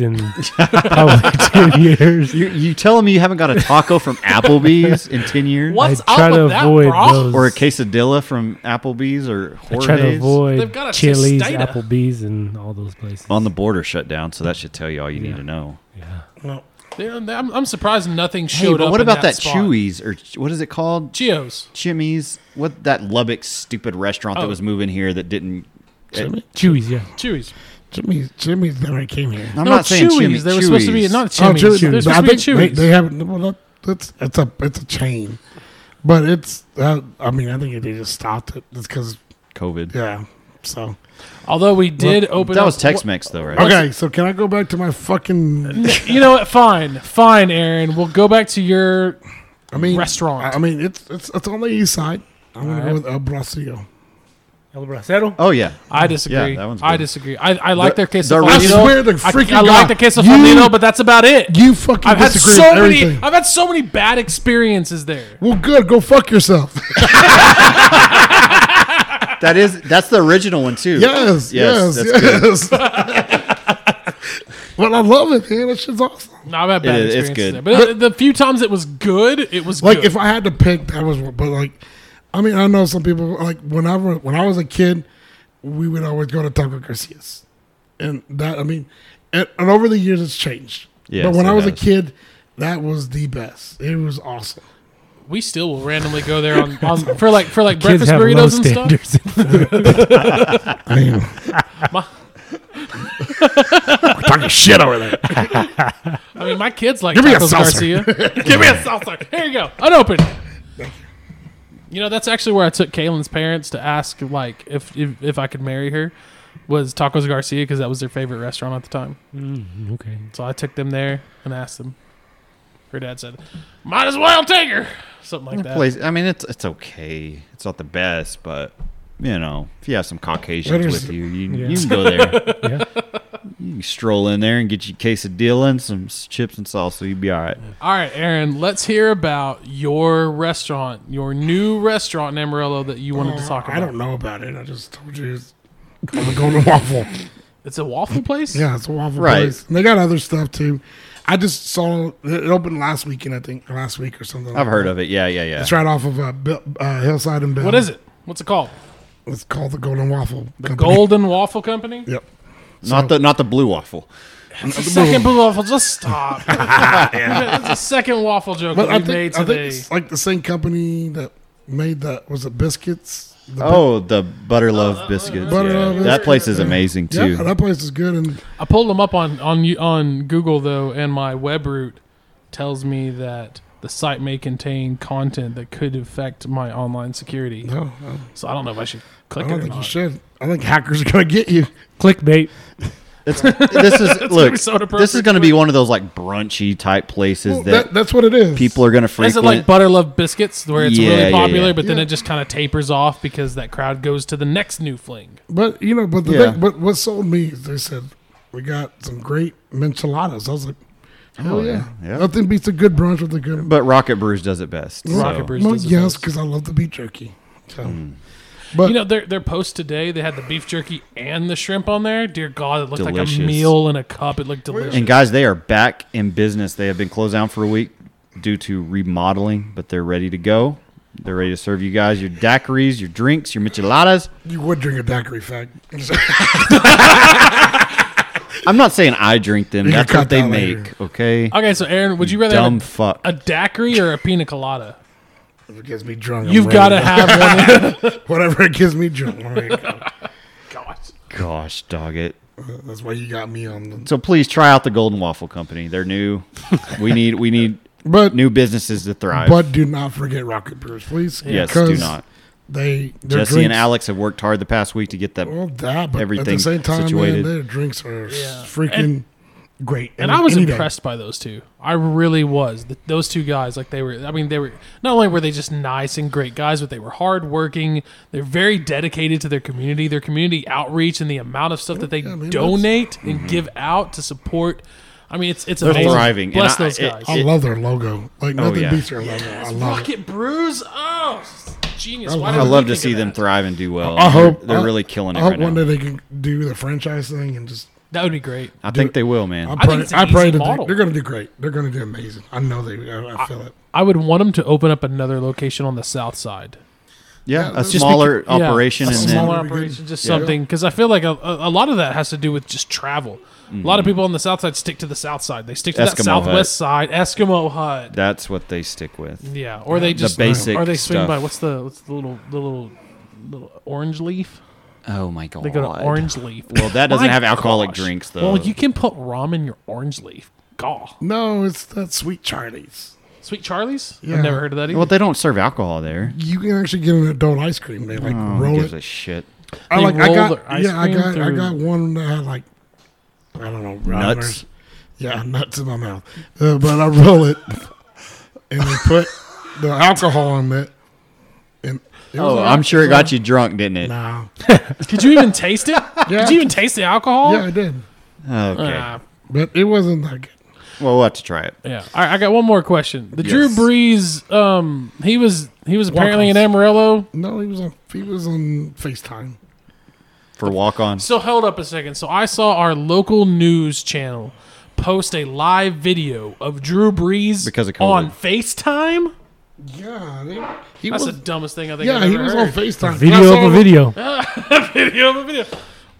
S4: in probably ten years.
S1: You you telling me you haven't got a taco from Applebee's in ten years?
S3: What's
S4: I try
S3: up
S4: to
S3: with that,
S4: avoid
S3: bro?
S4: those.
S1: Or a quesadilla from Applebee's or
S4: I try
S1: Jorge's?
S4: to avoid
S3: They've got a
S4: Chili's,
S3: Tostita.
S4: Applebee's, and all those places.
S1: On the border shut down, so that should tell you all you need to know.
S4: yeah.
S2: No,
S3: Yeah, I'm, I'm surprised nothing
S1: Hey,
S3: showed
S1: but
S3: up.
S1: what
S3: in
S1: about that,
S3: spot.
S1: Chewy's or Ch- what is it called?
S3: Chios.
S1: Chimmy's? What that Lubbock stupid restaurant
S3: Oh.
S1: that was moving here that didn't eh,
S2: Jimmy,
S4: Chewy's, yeah.
S3: Chewy's.
S2: Jimmy, Jimmy's never came here.
S1: I'm
S3: no,
S1: not saying Oh,
S3: Chewy's.
S1: Chimmy-
S3: They were supposed to be
S1: Chewy's.
S3: not Chewy's.
S2: Chewy-
S3: They're
S2: I
S3: supposed to be
S2: they,
S3: Chewy's.
S2: they have well, that, that's it's a it's a chain, but it's uh, I mean I think they just stopped it. It's because
S1: COVID.
S2: yeah, So
S3: Although we did open
S1: that
S3: up-
S1: was Tex-Mex though, right?
S2: okay, so can I go back to my fucking?
S3: You know what? Fine, fine, Aaron. We'll go back to your
S2: I mean,
S3: Restaurant.
S2: I, I mean, it's it's it's on the east side. I'm gonna
S3: Alright.
S2: go with El Bracillo.
S4: El Bracero.
S1: Oh yeah,
S3: I disagree.
S1: Yeah, that one's
S3: I
S1: good.
S3: disagree. I, I like
S1: The-
S3: their queso
S1: the
S3: fundido.
S2: I
S1: You know,
S2: swear to
S3: I,
S2: freaking
S3: I
S2: God,
S3: like the queso
S2: you,
S3: fundido, but that's about it.
S2: you fucking
S3: I've had
S2: disagree
S3: so
S2: with
S3: many.
S2: everything.
S3: I've had so many bad experiences there.
S2: well, good. Go fuck yourself.
S1: that is that's the original one too.
S2: yes, yes,
S1: that's good.
S2: yes. well, I love it, man. That shit's awesome.
S3: No, I've had
S1: It
S3: bad
S1: is- it's
S3: experiences
S1: good.
S3: there. But the few times it was good, it was
S2: Like
S3: good.
S2: if I had to pick, that was one. But like, I mean, I know some people like whenever when I was a kid, we would always go to Taco Garcia's, and that I mean, and, and over the years it's changed.
S1: Yes,
S2: but when
S1: it
S2: I was a
S1: has.
S2: kid, that was the best. It was awesome.
S3: we still will randomly go there on, on for like for like
S4: Kids
S3: breakfast
S4: have low
S3: burritos and stuff.
S4: standards.
S2: I am talking shit over there.
S3: I mean, my kids like
S2: Give me a
S3: tacos Garcia.
S2: salsa.
S3: Give me a salsa. Here you go, unopened. You know, that's actually where I took Kaylin's parents to ask like if if, if I could marry her. Was Tacos Garcia because that was their favorite restaurant at the time.
S4: okay.
S3: So I took them there and asked them. Her dad said, "Might as well take her." Something like that.
S1: Place, I mean, it's it's okay. It's not the best, but you know, if you have some Caucasians
S2: Better
S1: with
S2: s-
S1: you, you,
S4: Yeah.
S1: you can go there.
S4: Yeah.
S1: You can stroll in there and get your quesadilla and some s- chips and salsa. You'd be all right.
S3: All right, Aaron, let's hear about your restaurant, your new restaurant in Amarillo that you wanted to talk about.
S2: Oh, I don't know about it. I just told you it's called the Golden Waffle.
S3: It's a waffle place?
S2: Yeah, it's a waffle
S1: Right.
S2: place. And they got other stuff too. I just saw it opened last weekend, I think, or last week or something.
S1: I've heard of it. Yeah, yeah, yeah.
S2: It's right off of uh, Bill, uh, Hillside and Bell.
S3: What is it? What's it called?
S2: It's called the Golden Waffle.
S3: The Golden Waffle Company?
S2: Yep.
S1: Not the not the blue waffle.
S3: It's the second blue waffle. Just stop. It's the second waffle joke
S2: But
S3: that
S2: I
S3: we
S2: think,
S3: made
S2: I think
S3: today.
S2: it's like the same company that made that was it biscuits. The Uh,
S1: Oh, the butter love biscuits.
S2: Butter
S1: yeah.
S2: Love
S1: that
S2: Biscuits,
S1: place is
S2: yeah.
S1: amazing
S2: bi-
S1: too.
S2: Yeah, that place is good. And
S3: I pulled them up on, on on Google though, and my web route tells me that the site may contain content that could affect my online security.
S2: no, no,
S3: So I don't know if I should
S2: I
S3: click it
S2: don't
S3: or
S2: think you
S3: not.
S2: should. I think hackers are gonna get you.
S4: Clickbait.
S1: It's, this is
S3: gonna
S1: look.
S3: be so
S1: this is
S3: inappropriate
S1: going to be
S3: for-
S1: one of those like brunchy type places
S2: Well,
S1: that,
S2: that, that's what it is.
S1: people are going to
S3: Is it
S1: frequent.
S3: like butter love biscuits where it's
S1: Yeah, yeah,
S3: really popular,
S1: yeah.
S3: but then
S2: Yeah.
S3: it just kind of tapers off because that crowd goes to the next new fling?
S2: But you know, but the
S1: Yeah.
S2: thing, but what sold me is they said we got some great enchiladas. I was like, oh, yeah.
S1: yeah.
S2: nothing beats a good brunch with a good
S1: but Rocket Brews does it best.
S3: Rocket
S1: so.
S3: Brews.
S2: Well,
S3: does it
S2: yes,
S3: best.
S2: because I love the beef jerky. So,
S1: Hmm.
S2: but
S3: You know their their post today. They had the beef jerky and the shrimp on there. Dear God, it looked
S1: Delicious.
S3: like a meal in a cup. It looked delicious.
S1: And guys, they are back in business. They have been closed down for a week due to remodeling, but they're ready to go. They're ready to serve you guys your daiquiris, your drinks, your micheladas.
S2: you would drink a daiquiri, fact.
S1: I'm not saying I drink them.
S2: You can
S1: That's what
S2: cut
S1: they
S2: that
S1: make.
S2: later.
S1: Okay.
S3: okay, so Aaron, would you rather
S1: Dumb
S3: have
S1: fuck.
S3: a, a daiquiri or a pina colada?
S2: it gets me drunk. I'm
S3: You've
S2: ready
S3: got to have one.
S2: whatever it gets me drunk. I'm ready to go.
S3: God.
S1: Gosh, dog it.
S2: That's why you got me on. The,
S1: So please try out the Golden Waffle Company. They're new. we need we need
S2: but
S1: new businesses to thrive.
S2: but do not forget Rocket Brews, please.
S1: yes, do
S2: because
S1: not.
S2: They their
S1: Jesse
S2: drinks, Oh,
S1: and Alex have worked hard the past week to get that.
S2: Well, that but at
S1: everything
S2: the same time, man,
S1: situated.
S2: their drinks are
S3: Yeah.
S2: freaking
S3: And-
S2: great.
S3: And
S2: any-
S3: I was
S2: any day.
S3: impressed by those two. I really was. Th those two guys, like they were. I mean, they were not only were they just nice and great guys, but they were hardworking. They're very dedicated to their community, their community outreach, and the amount of stuff that they
S2: man, that's-
S3: donate and give out to support. I mean, it's it's
S1: Mm-hmm. They're
S3: amazing.
S1: thriving, and
S3: Bless
S1: I-
S3: those
S1: it-
S3: guys.
S2: I
S1: It-
S2: love their logo. Like nothing
S1: Oh, yeah.
S2: beats their logo. I love it.
S3: Rocket Brews, oh s- genius!
S2: I
S3: Why
S2: love-
S3: didn't
S1: I
S3: we
S1: love to
S3: think of
S1: see them
S3: that?
S1: thrive and do well.
S2: I hope
S1: they're, they're
S2: I-
S1: really killing it
S2: I hope
S1: right
S2: one
S1: now.
S2: day they can do the franchise thing and just.
S3: That would be great.
S1: I think they will, man.
S2: I
S3: think
S2: pray.
S3: it's an
S2: I, pray
S3: easy
S2: that they,
S3: model.
S2: they're going to do great. They're going to do amazing. I know they. I, I feel it.
S3: I would want them to open up another location on the south side.
S1: Yeah, a
S2: that's- Just
S1: smaller
S3: beca- yeah,
S1: operation,
S3: a
S1: and
S3: smaller
S1: then
S2: That'd be good.
S3: operation, just
S1: Yeah.
S3: something because I feel like a, a, a lot of that has to do with just travel. A lot of people on the south side stick to the south side. They stick to that
S1: Mm. Eskimo
S3: southwest side, Eskimo hut.
S1: that's what they stick with.
S3: Yeah, or they just
S1: basic
S3: or they swing
S1: stuff.
S3: by. What's the what's the little the little little orange leaf?
S1: Oh my god!
S3: They go to orange leaf.
S1: Well, that doesn't
S3: My
S1: have alcoholic
S3: gosh.
S1: drinks though.
S3: Well, you can put rum in your orange leaf. Gaw.
S2: No, it's that sweet Charlie's.
S3: Sweet Charlie's.
S2: Yeah.
S3: I've never heard of that either.
S1: Well, they don't serve alcohol there.
S2: You can actually get an adult ice cream. They like
S1: Oh, who
S2: roll
S1: gives
S2: it.
S1: a shit?
S2: I
S3: They
S2: like. I
S3: roll
S2: got.
S3: their ice
S2: Yeah, I
S3: cream
S2: got. I
S3: through-
S2: got one that had like, I don't know,
S1: Nuts?
S2: rounders. Yeah, nuts in my mouth. Uh, but I roll it, and they put the alcohol in it. And it was
S1: Oh,
S2: all
S1: I'm
S2: right.
S1: sure it got you drunk, didn't it?
S2: Nah.
S3: Could you even taste it? Did you even taste the alcohol?
S2: Yeah, I did,
S1: Okay.
S3: Ah,
S2: but it wasn't that good.
S1: well, we'll have to try it.
S3: yeah. All right, I got one more question. The Drew
S1: Yes.
S3: Brees, um, he was he was apparently in
S2: Walk-ons.
S3: Amarillo.
S2: No, he was on. He was on Facetime.
S1: For walk on.
S3: So hold up a second. So I saw our local news channel post a live video of Drew Brees
S1: Because of COVID.
S3: on FaceTime.
S2: Yeah, they, he
S3: That's
S2: was.
S3: the dumbest thing I think.
S2: yeah,
S3: I've
S2: he
S3: ever
S2: was on
S3: heard.
S2: Facetime. That's
S4: Video
S2: all-
S4: of a video.
S3: video of a video.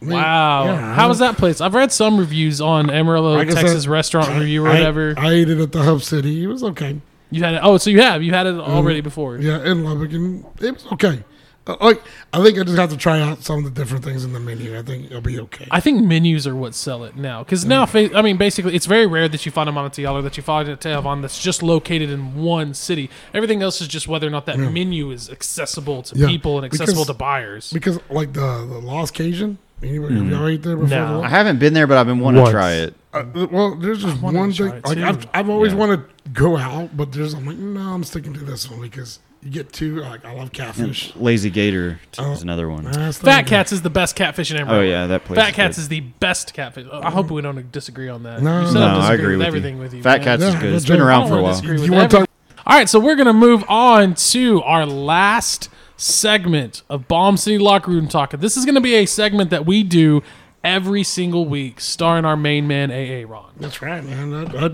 S2: Man,
S3: Wow,
S2: yeah, I
S3: how
S2: don't-
S3: was that place? I've read some reviews on Amarillo,
S2: Like I
S3: Texas
S2: said,
S3: restaurant review or
S2: I-
S3: whatever.
S2: I, ate it at the Hub City. It was okay.
S3: you had it. Oh, so you have you had it already before.
S2: Yeah, in Lubbock, and it was okay. Uh, like I think I just have to try out some of the different things in the menu. I think it'll be okay.
S3: I think menus are what sell it now. Because now,
S2: Mm.
S3: fa- I mean, basically, it's very rare that you find a Monticello that you find a Teavon that's just located in one city. Everything else is just whether or not that menu is accessible to
S2: Yeah,
S3: people and accessible
S2: because-
S3: to buyers.
S2: because like the, the Lost Cajun, anybody have y'all ate there before?
S3: No.
S1: I haven't been there, but I've been wanting
S4: Once.
S1: to try it.
S2: The, uh, well, there's just
S3: wanted to
S2: one
S3: try
S2: thing.
S3: it
S2: Like
S3: too.
S2: I've, I've always
S1: Yeah.
S2: wanted to go out, but there's I'm like no, I'm sticking to this one because you get two. Like I love catfish.
S1: Lazy Gator t-
S2: Oh.
S1: is another one.
S2: That's not
S3: Fat
S2: good.
S3: Cats is the best catfish in Amarillo.
S1: Oh yeah, that place.
S3: Fat Cats
S1: good.
S3: is the best catfish. I hope we don't disagree on that.
S2: Mm. No.
S3: you said
S1: No,
S3: I
S1: I
S3: disagree
S1: agree
S3: with
S1: with
S3: everything
S1: you.
S3: with you.
S1: Fat
S3: man.
S1: Cats is
S2: Yeah,
S1: good.
S2: no
S1: It's been
S2: joke.
S1: around
S3: I
S1: for
S3: don't
S1: a
S3: wanna
S1: while.
S3: disagree with
S2: You want to
S3: everything.
S2: talk?
S3: All right, so we're gonna move on to our last segment of Bomb City Locker Room Talk. This is gonna be a segment that we do every single week, starring our main man AA Ron.
S2: That's right, man. I, I,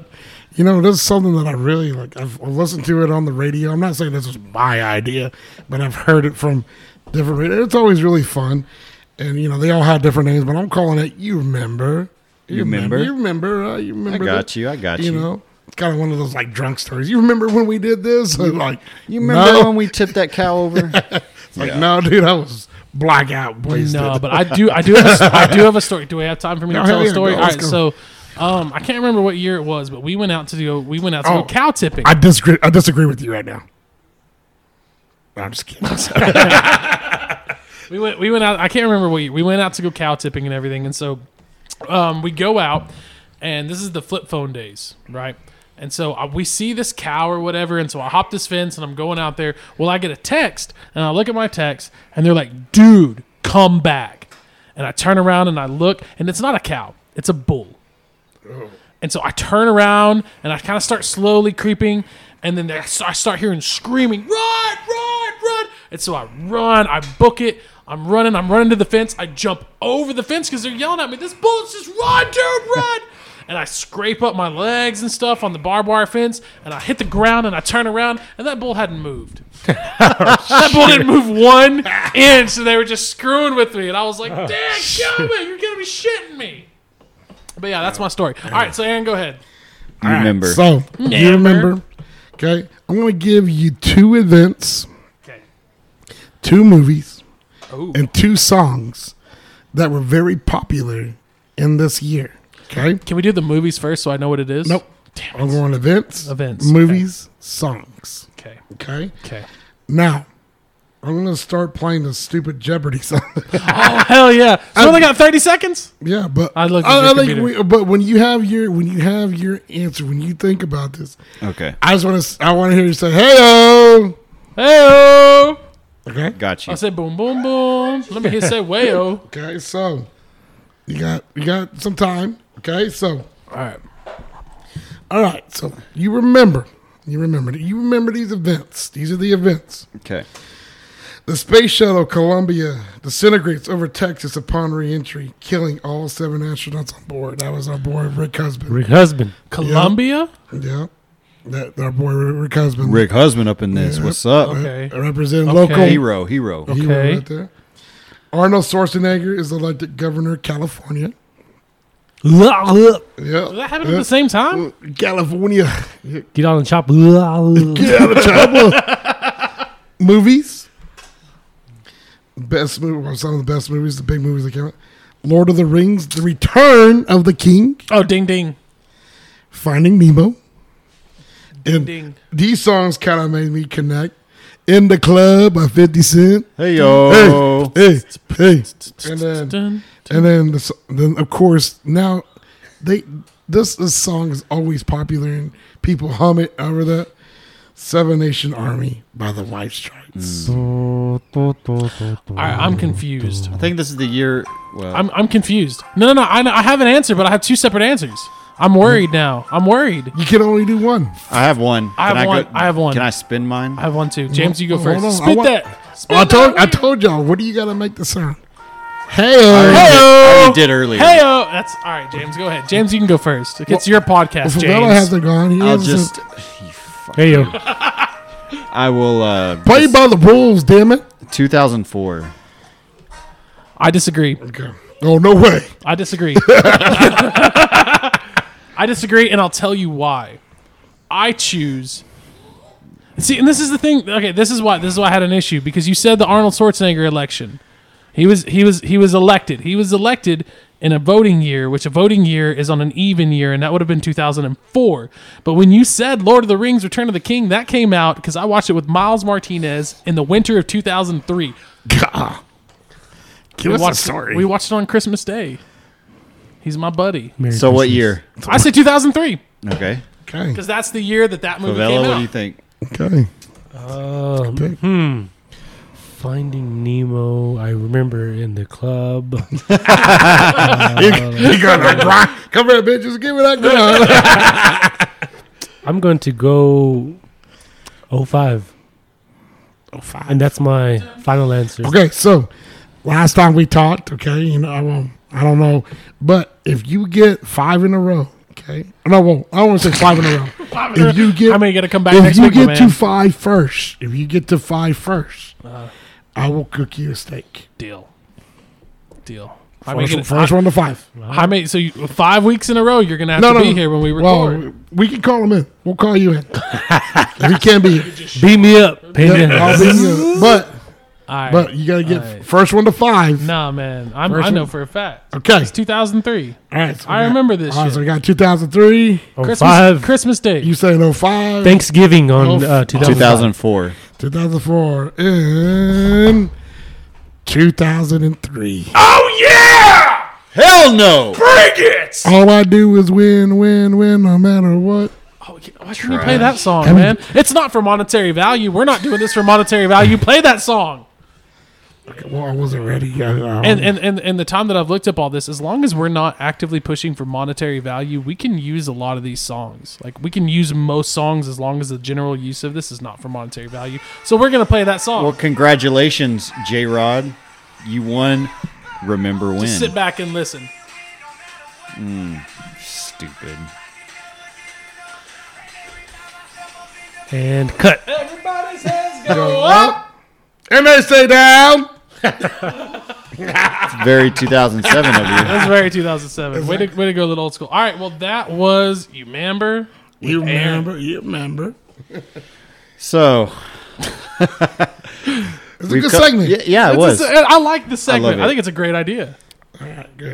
S2: you know, this is something that I really like. I've listened to it on the radio. I'm not saying this was my idea, but I've heard it from different. radio. It's always really fun, and you know, they all have different names, but I'm calling it. You remember?
S1: You remember?
S2: You remember? Uh, you remember?
S1: got
S2: that-
S1: you, I got
S2: You
S1: you.
S2: know, it's kind of one of those like drunk stories. You remember when we did this? And, like
S1: You remember
S2: no.
S1: when we tipped that cow over?
S2: It's like no, dude, I was blackout wasted.
S3: No, but I do, I do, have a sto- I do have a story. Do we have time for me to
S2: No,
S3: tell a
S2: yeah,
S3: story?
S2: go,
S3: All
S2: let's
S3: right,
S2: go.
S3: so. Um, I can't remember what year it was, but we went out to go. We went out to
S2: Oh,
S3: go cow tipping.
S2: I disagree. I disagree with you right now. No, I'm just kidding.
S3: We went. We went out. I can't remember. what year. we went out to go cow tipping and everything. And so, um, we go out, and this is the flip phone days, right? And so I, we see this cow or whatever. And so I hop this fence and I'm going out there. Well, I get a text and I look at my text and they're like, "Dude, come back." And I turn around and I look, and it's not a cow. It's a bull. And so I turn around and I kind of start slowly creeping. And then I s- I start hearing screaming, run, run, run. And so I run, I book it. I'm running, I'm running to the fence. I jump over the fence because they're yelling at me, this bullet's just run, dude, run. And I scrape up my legs and stuff on the barbed wire fence. And I hit the ground and I turn around and that bull hadn't moved. that bull didn't move one inch. And they were just screwing with me. And I was like, dang, kill me. You're going to be shitting me. But yeah, that's my story. All right, so Aaron, go ahead.
S1: You remember?
S2: So you
S3: Remember.
S2: remember? Okay, I'm going to give you two events,
S3: Okay.
S2: two movies,
S3: Ooh.
S2: and two songs that were very popular in this year. Okay,
S3: Can we do the movies first so I know what it is?
S2: Nope. I'm
S3: Damn it.
S2: going events,
S3: Events, okay.
S2: movies, songs.
S3: Okay.
S2: Okay,
S3: Okay.
S2: now I'm going to start playing the stupid Jeopardy song.
S3: Oh hell yeah! So we only got thirty seconds.
S2: yeah, but
S3: I looked at
S2: I,
S3: your
S2: I think
S3: computer.
S2: we, but when you have your when you have your answer when you think about this,
S1: Okay.
S2: I just want to I want to hear you say hey
S3: Heyo!
S2: Okay,
S1: Got you.
S3: I said boom, boom, boom. Let me hear say wayo. All
S2: Okay, so you got you got some time. Okay, so
S3: right.
S2: all right, so you remember, you remember, you remember these events. These are the events.
S1: Okay.
S2: The space shuttle Columbia disintegrates over Texas upon re-entry, killing all seven astronauts on board. That was our boy Rick Husband.
S4: Rick husband.
S3: Colombia.
S2: Yeah, that our boy Rick Husband.
S1: Rick husband up in this. What's up?
S3: Okay.
S2: representing
S3: Okay.
S2: local.
S1: Hero, hero.
S2: He was
S3: Okay.
S2: right there. Arnold Schwarzenegger is elected governor of California.
S4: Blah, blah.
S2: Yeah, Mm.
S3: Did that happen at the same time?
S2: same California.
S4: Get on the chop. Blah, blah.
S2: movies. Best movie, well, some of the best movies, the big movies that came out. Lord of the Rings, The Return of the King,
S3: Oh, ding, ding,
S2: Finding Nemo. And
S3: ding.
S2: these songs kind of made me connect. in the club by 50 Cent.
S1: Hey yo.
S2: Hey, hey. And then, and then, the, s- then of course, now they this, this song is always popular and people hum it over the Seven Nation Army by the White Stripes.
S3: I, I'm confused.
S1: I think this is the year. Well,
S3: I'm, I'm confused. No, no, no. I, I have an answer, but I have two separate answers. I'm worried now. I'm worried.
S2: You can only do one.
S1: I have one.
S3: I have one. I have one.
S1: Can I spin mine?
S3: I have one too. James, you go
S2: Hold
S3: first.
S2: on, I
S3: Spit
S2: want-
S3: that. Spit
S2: I told I
S3: that.
S2: told y'all. What do you got to make the sound?
S1: I
S2: Hey,
S1: already did- I already oh, did earlier.
S3: Heyo. That's all right, James. Go ahead. James, you can go first. It's your podcast,
S2: if Vela
S3: James.
S2: hasn't gone, he
S1: I'll
S2: hasn't
S1: just.
S2: said-
S4: Hey yo,
S1: I will. Uh,
S2: play
S1: just-
S2: by the rules. Damn it!
S1: 2004.
S3: I disagree.
S2: Okay. Oh no way.
S3: I disagree. I disagree, and I'll tell you why. I choose. See, and this is the thing. Okay, this is why this is why I had an issue because you said the Arnold Schwarzenegger election. He was he was he was elected. He was elected in a voting year, which a voting year is on an even year, and that would have been 2004. But when you said Lord of the Rings: Return of the King, that came out because I watched it with Miles Martinez in the winter of 2003.
S2: Gah. Give
S3: We
S2: us a
S3: watched,
S2: story.
S3: we watched it on Christmas Day. He's my buddy.
S4: Merry
S1: So what
S4: Christmas.
S1: year?
S3: I say 2003
S1: Okay.
S2: okay.
S3: because that's the year that that movie
S1: Favela,
S3: came
S1: what
S3: out.
S1: do you think?
S2: Okay.
S4: Um,
S2: pick.
S4: hmm. Finding Nemo, I remember in the club.
S2: You got that grind. Come here, bitches. Give me that grind.
S4: I'm going to go 05. And that's my final answer.
S2: okay, so last time we talked, okay, you know, I won't, I don't know, but if you get five in a row, okay, no, well, I don't want to say five in a row. if you get,
S3: I'm gonna come back
S2: if
S3: next
S2: you
S3: week, my
S2: get to
S3: man. Uh-huh.
S2: five first, if you get to five first, I will cook you a steak.
S3: Deal, deal. I may,
S2: First,
S3: get,
S2: first
S3: I,
S2: one to five.
S3: I may- so you, five weeks in a row, you're gonna have to be here when we
S2: Well,
S3: record.
S2: we can call him in. We'll call you in. if you can't be here,
S4: Beat me up. Pay me
S2: I'll be here. But
S3: All right.
S2: But you gotta get
S3: Alright.
S2: first one to five.
S3: nah, man, I'm,
S2: First
S3: I know
S2: one-
S3: for a fact.
S2: Okay.
S3: It's 2003.
S2: All right. So we
S3: I
S2: got-
S3: remember this
S2: All right,
S3: shit.
S2: so we got 2003.
S3: Christmas,
S4: 05.
S3: Christmas Day.
S2: You say no five.
S4: Thanksgiving on
S2: Oh,
S4: uh, 2000.
S1: 2004.
S2: 2004 and 2003.
S1: Hell no.
S2: All I do is win, win, win, no matter what.
S3: oh, yeah, why can't you play that song, man? It's not for monetary value. We're not doing this for monetary value. Play that song.
S2: Well, I wasn't ready. I, I,
S1: Um,
S3: And, and and and the time that I've looked up all this, as long as we're not actively pushing for monetary value, we can use a lot of these songs. Like we can use most songs as long as the general use of this is not for monetary value. So we're gonna play that song.
S1: Well, congratulations, J Rod. You won. Remember when?
S3: Sit back and listen.
S1: Stupid.
S4: And cut.
S3: Everybody's heads go up.
S2: and they stay down.
S1: It's very 2007 of you.
S3: That's very 2007. Way to, way to go, a little old school. All right, well that was you remember.
S2: You
S3: Aaron.
S2: remember? You remember?
S1: So
S2: It's a
S1: we've
S2: good
S1: co-
S2: segment.
S1: Yeah, yeah, it was.
S3: I like this
S1: I love
S3: segment. I,
S1: it.
S3: think it's a great idea.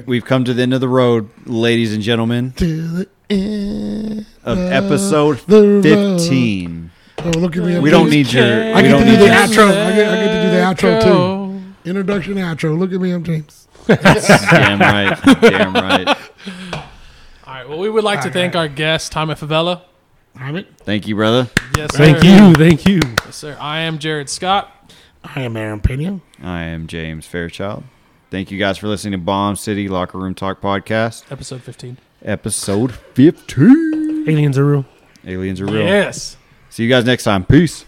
S1: We've come to the end of the road, ladies and gentlemen,
S2: To the end.
S1: of episode
S2: the road.
S1: 15.
S2: Oh, look at me.
S1: We don't need your.
S3: I
S1: We
S2: can
S1: don't
S2: do
S1: need
S2: the
S1: your.
S2: outro. I get, I get to do the outro too.
S3: Go.
S2: Introduction, outro. Look at me. I'm James.
S1: Damn right. Damn right.
S3: All right. Well, we would like to thank our guest, Tommy Favela.
S2: I'm it.
S1: Thank you, brother.
S3: Yes, sir.
S4: Thank you. Thank you.
S3: Yes, sir. I am Jared Scott.
S2: I am Aaron Pena.
S1: I am James Fairchild. Thank you guys for listening to Bomb City Locker Room Talk Podcast,
S3: episode 15.
S1: episode 15.
S4: Aliens are real.
S1: Aliens are real.
S3: Yes.
S1: See you guys next time. Peace.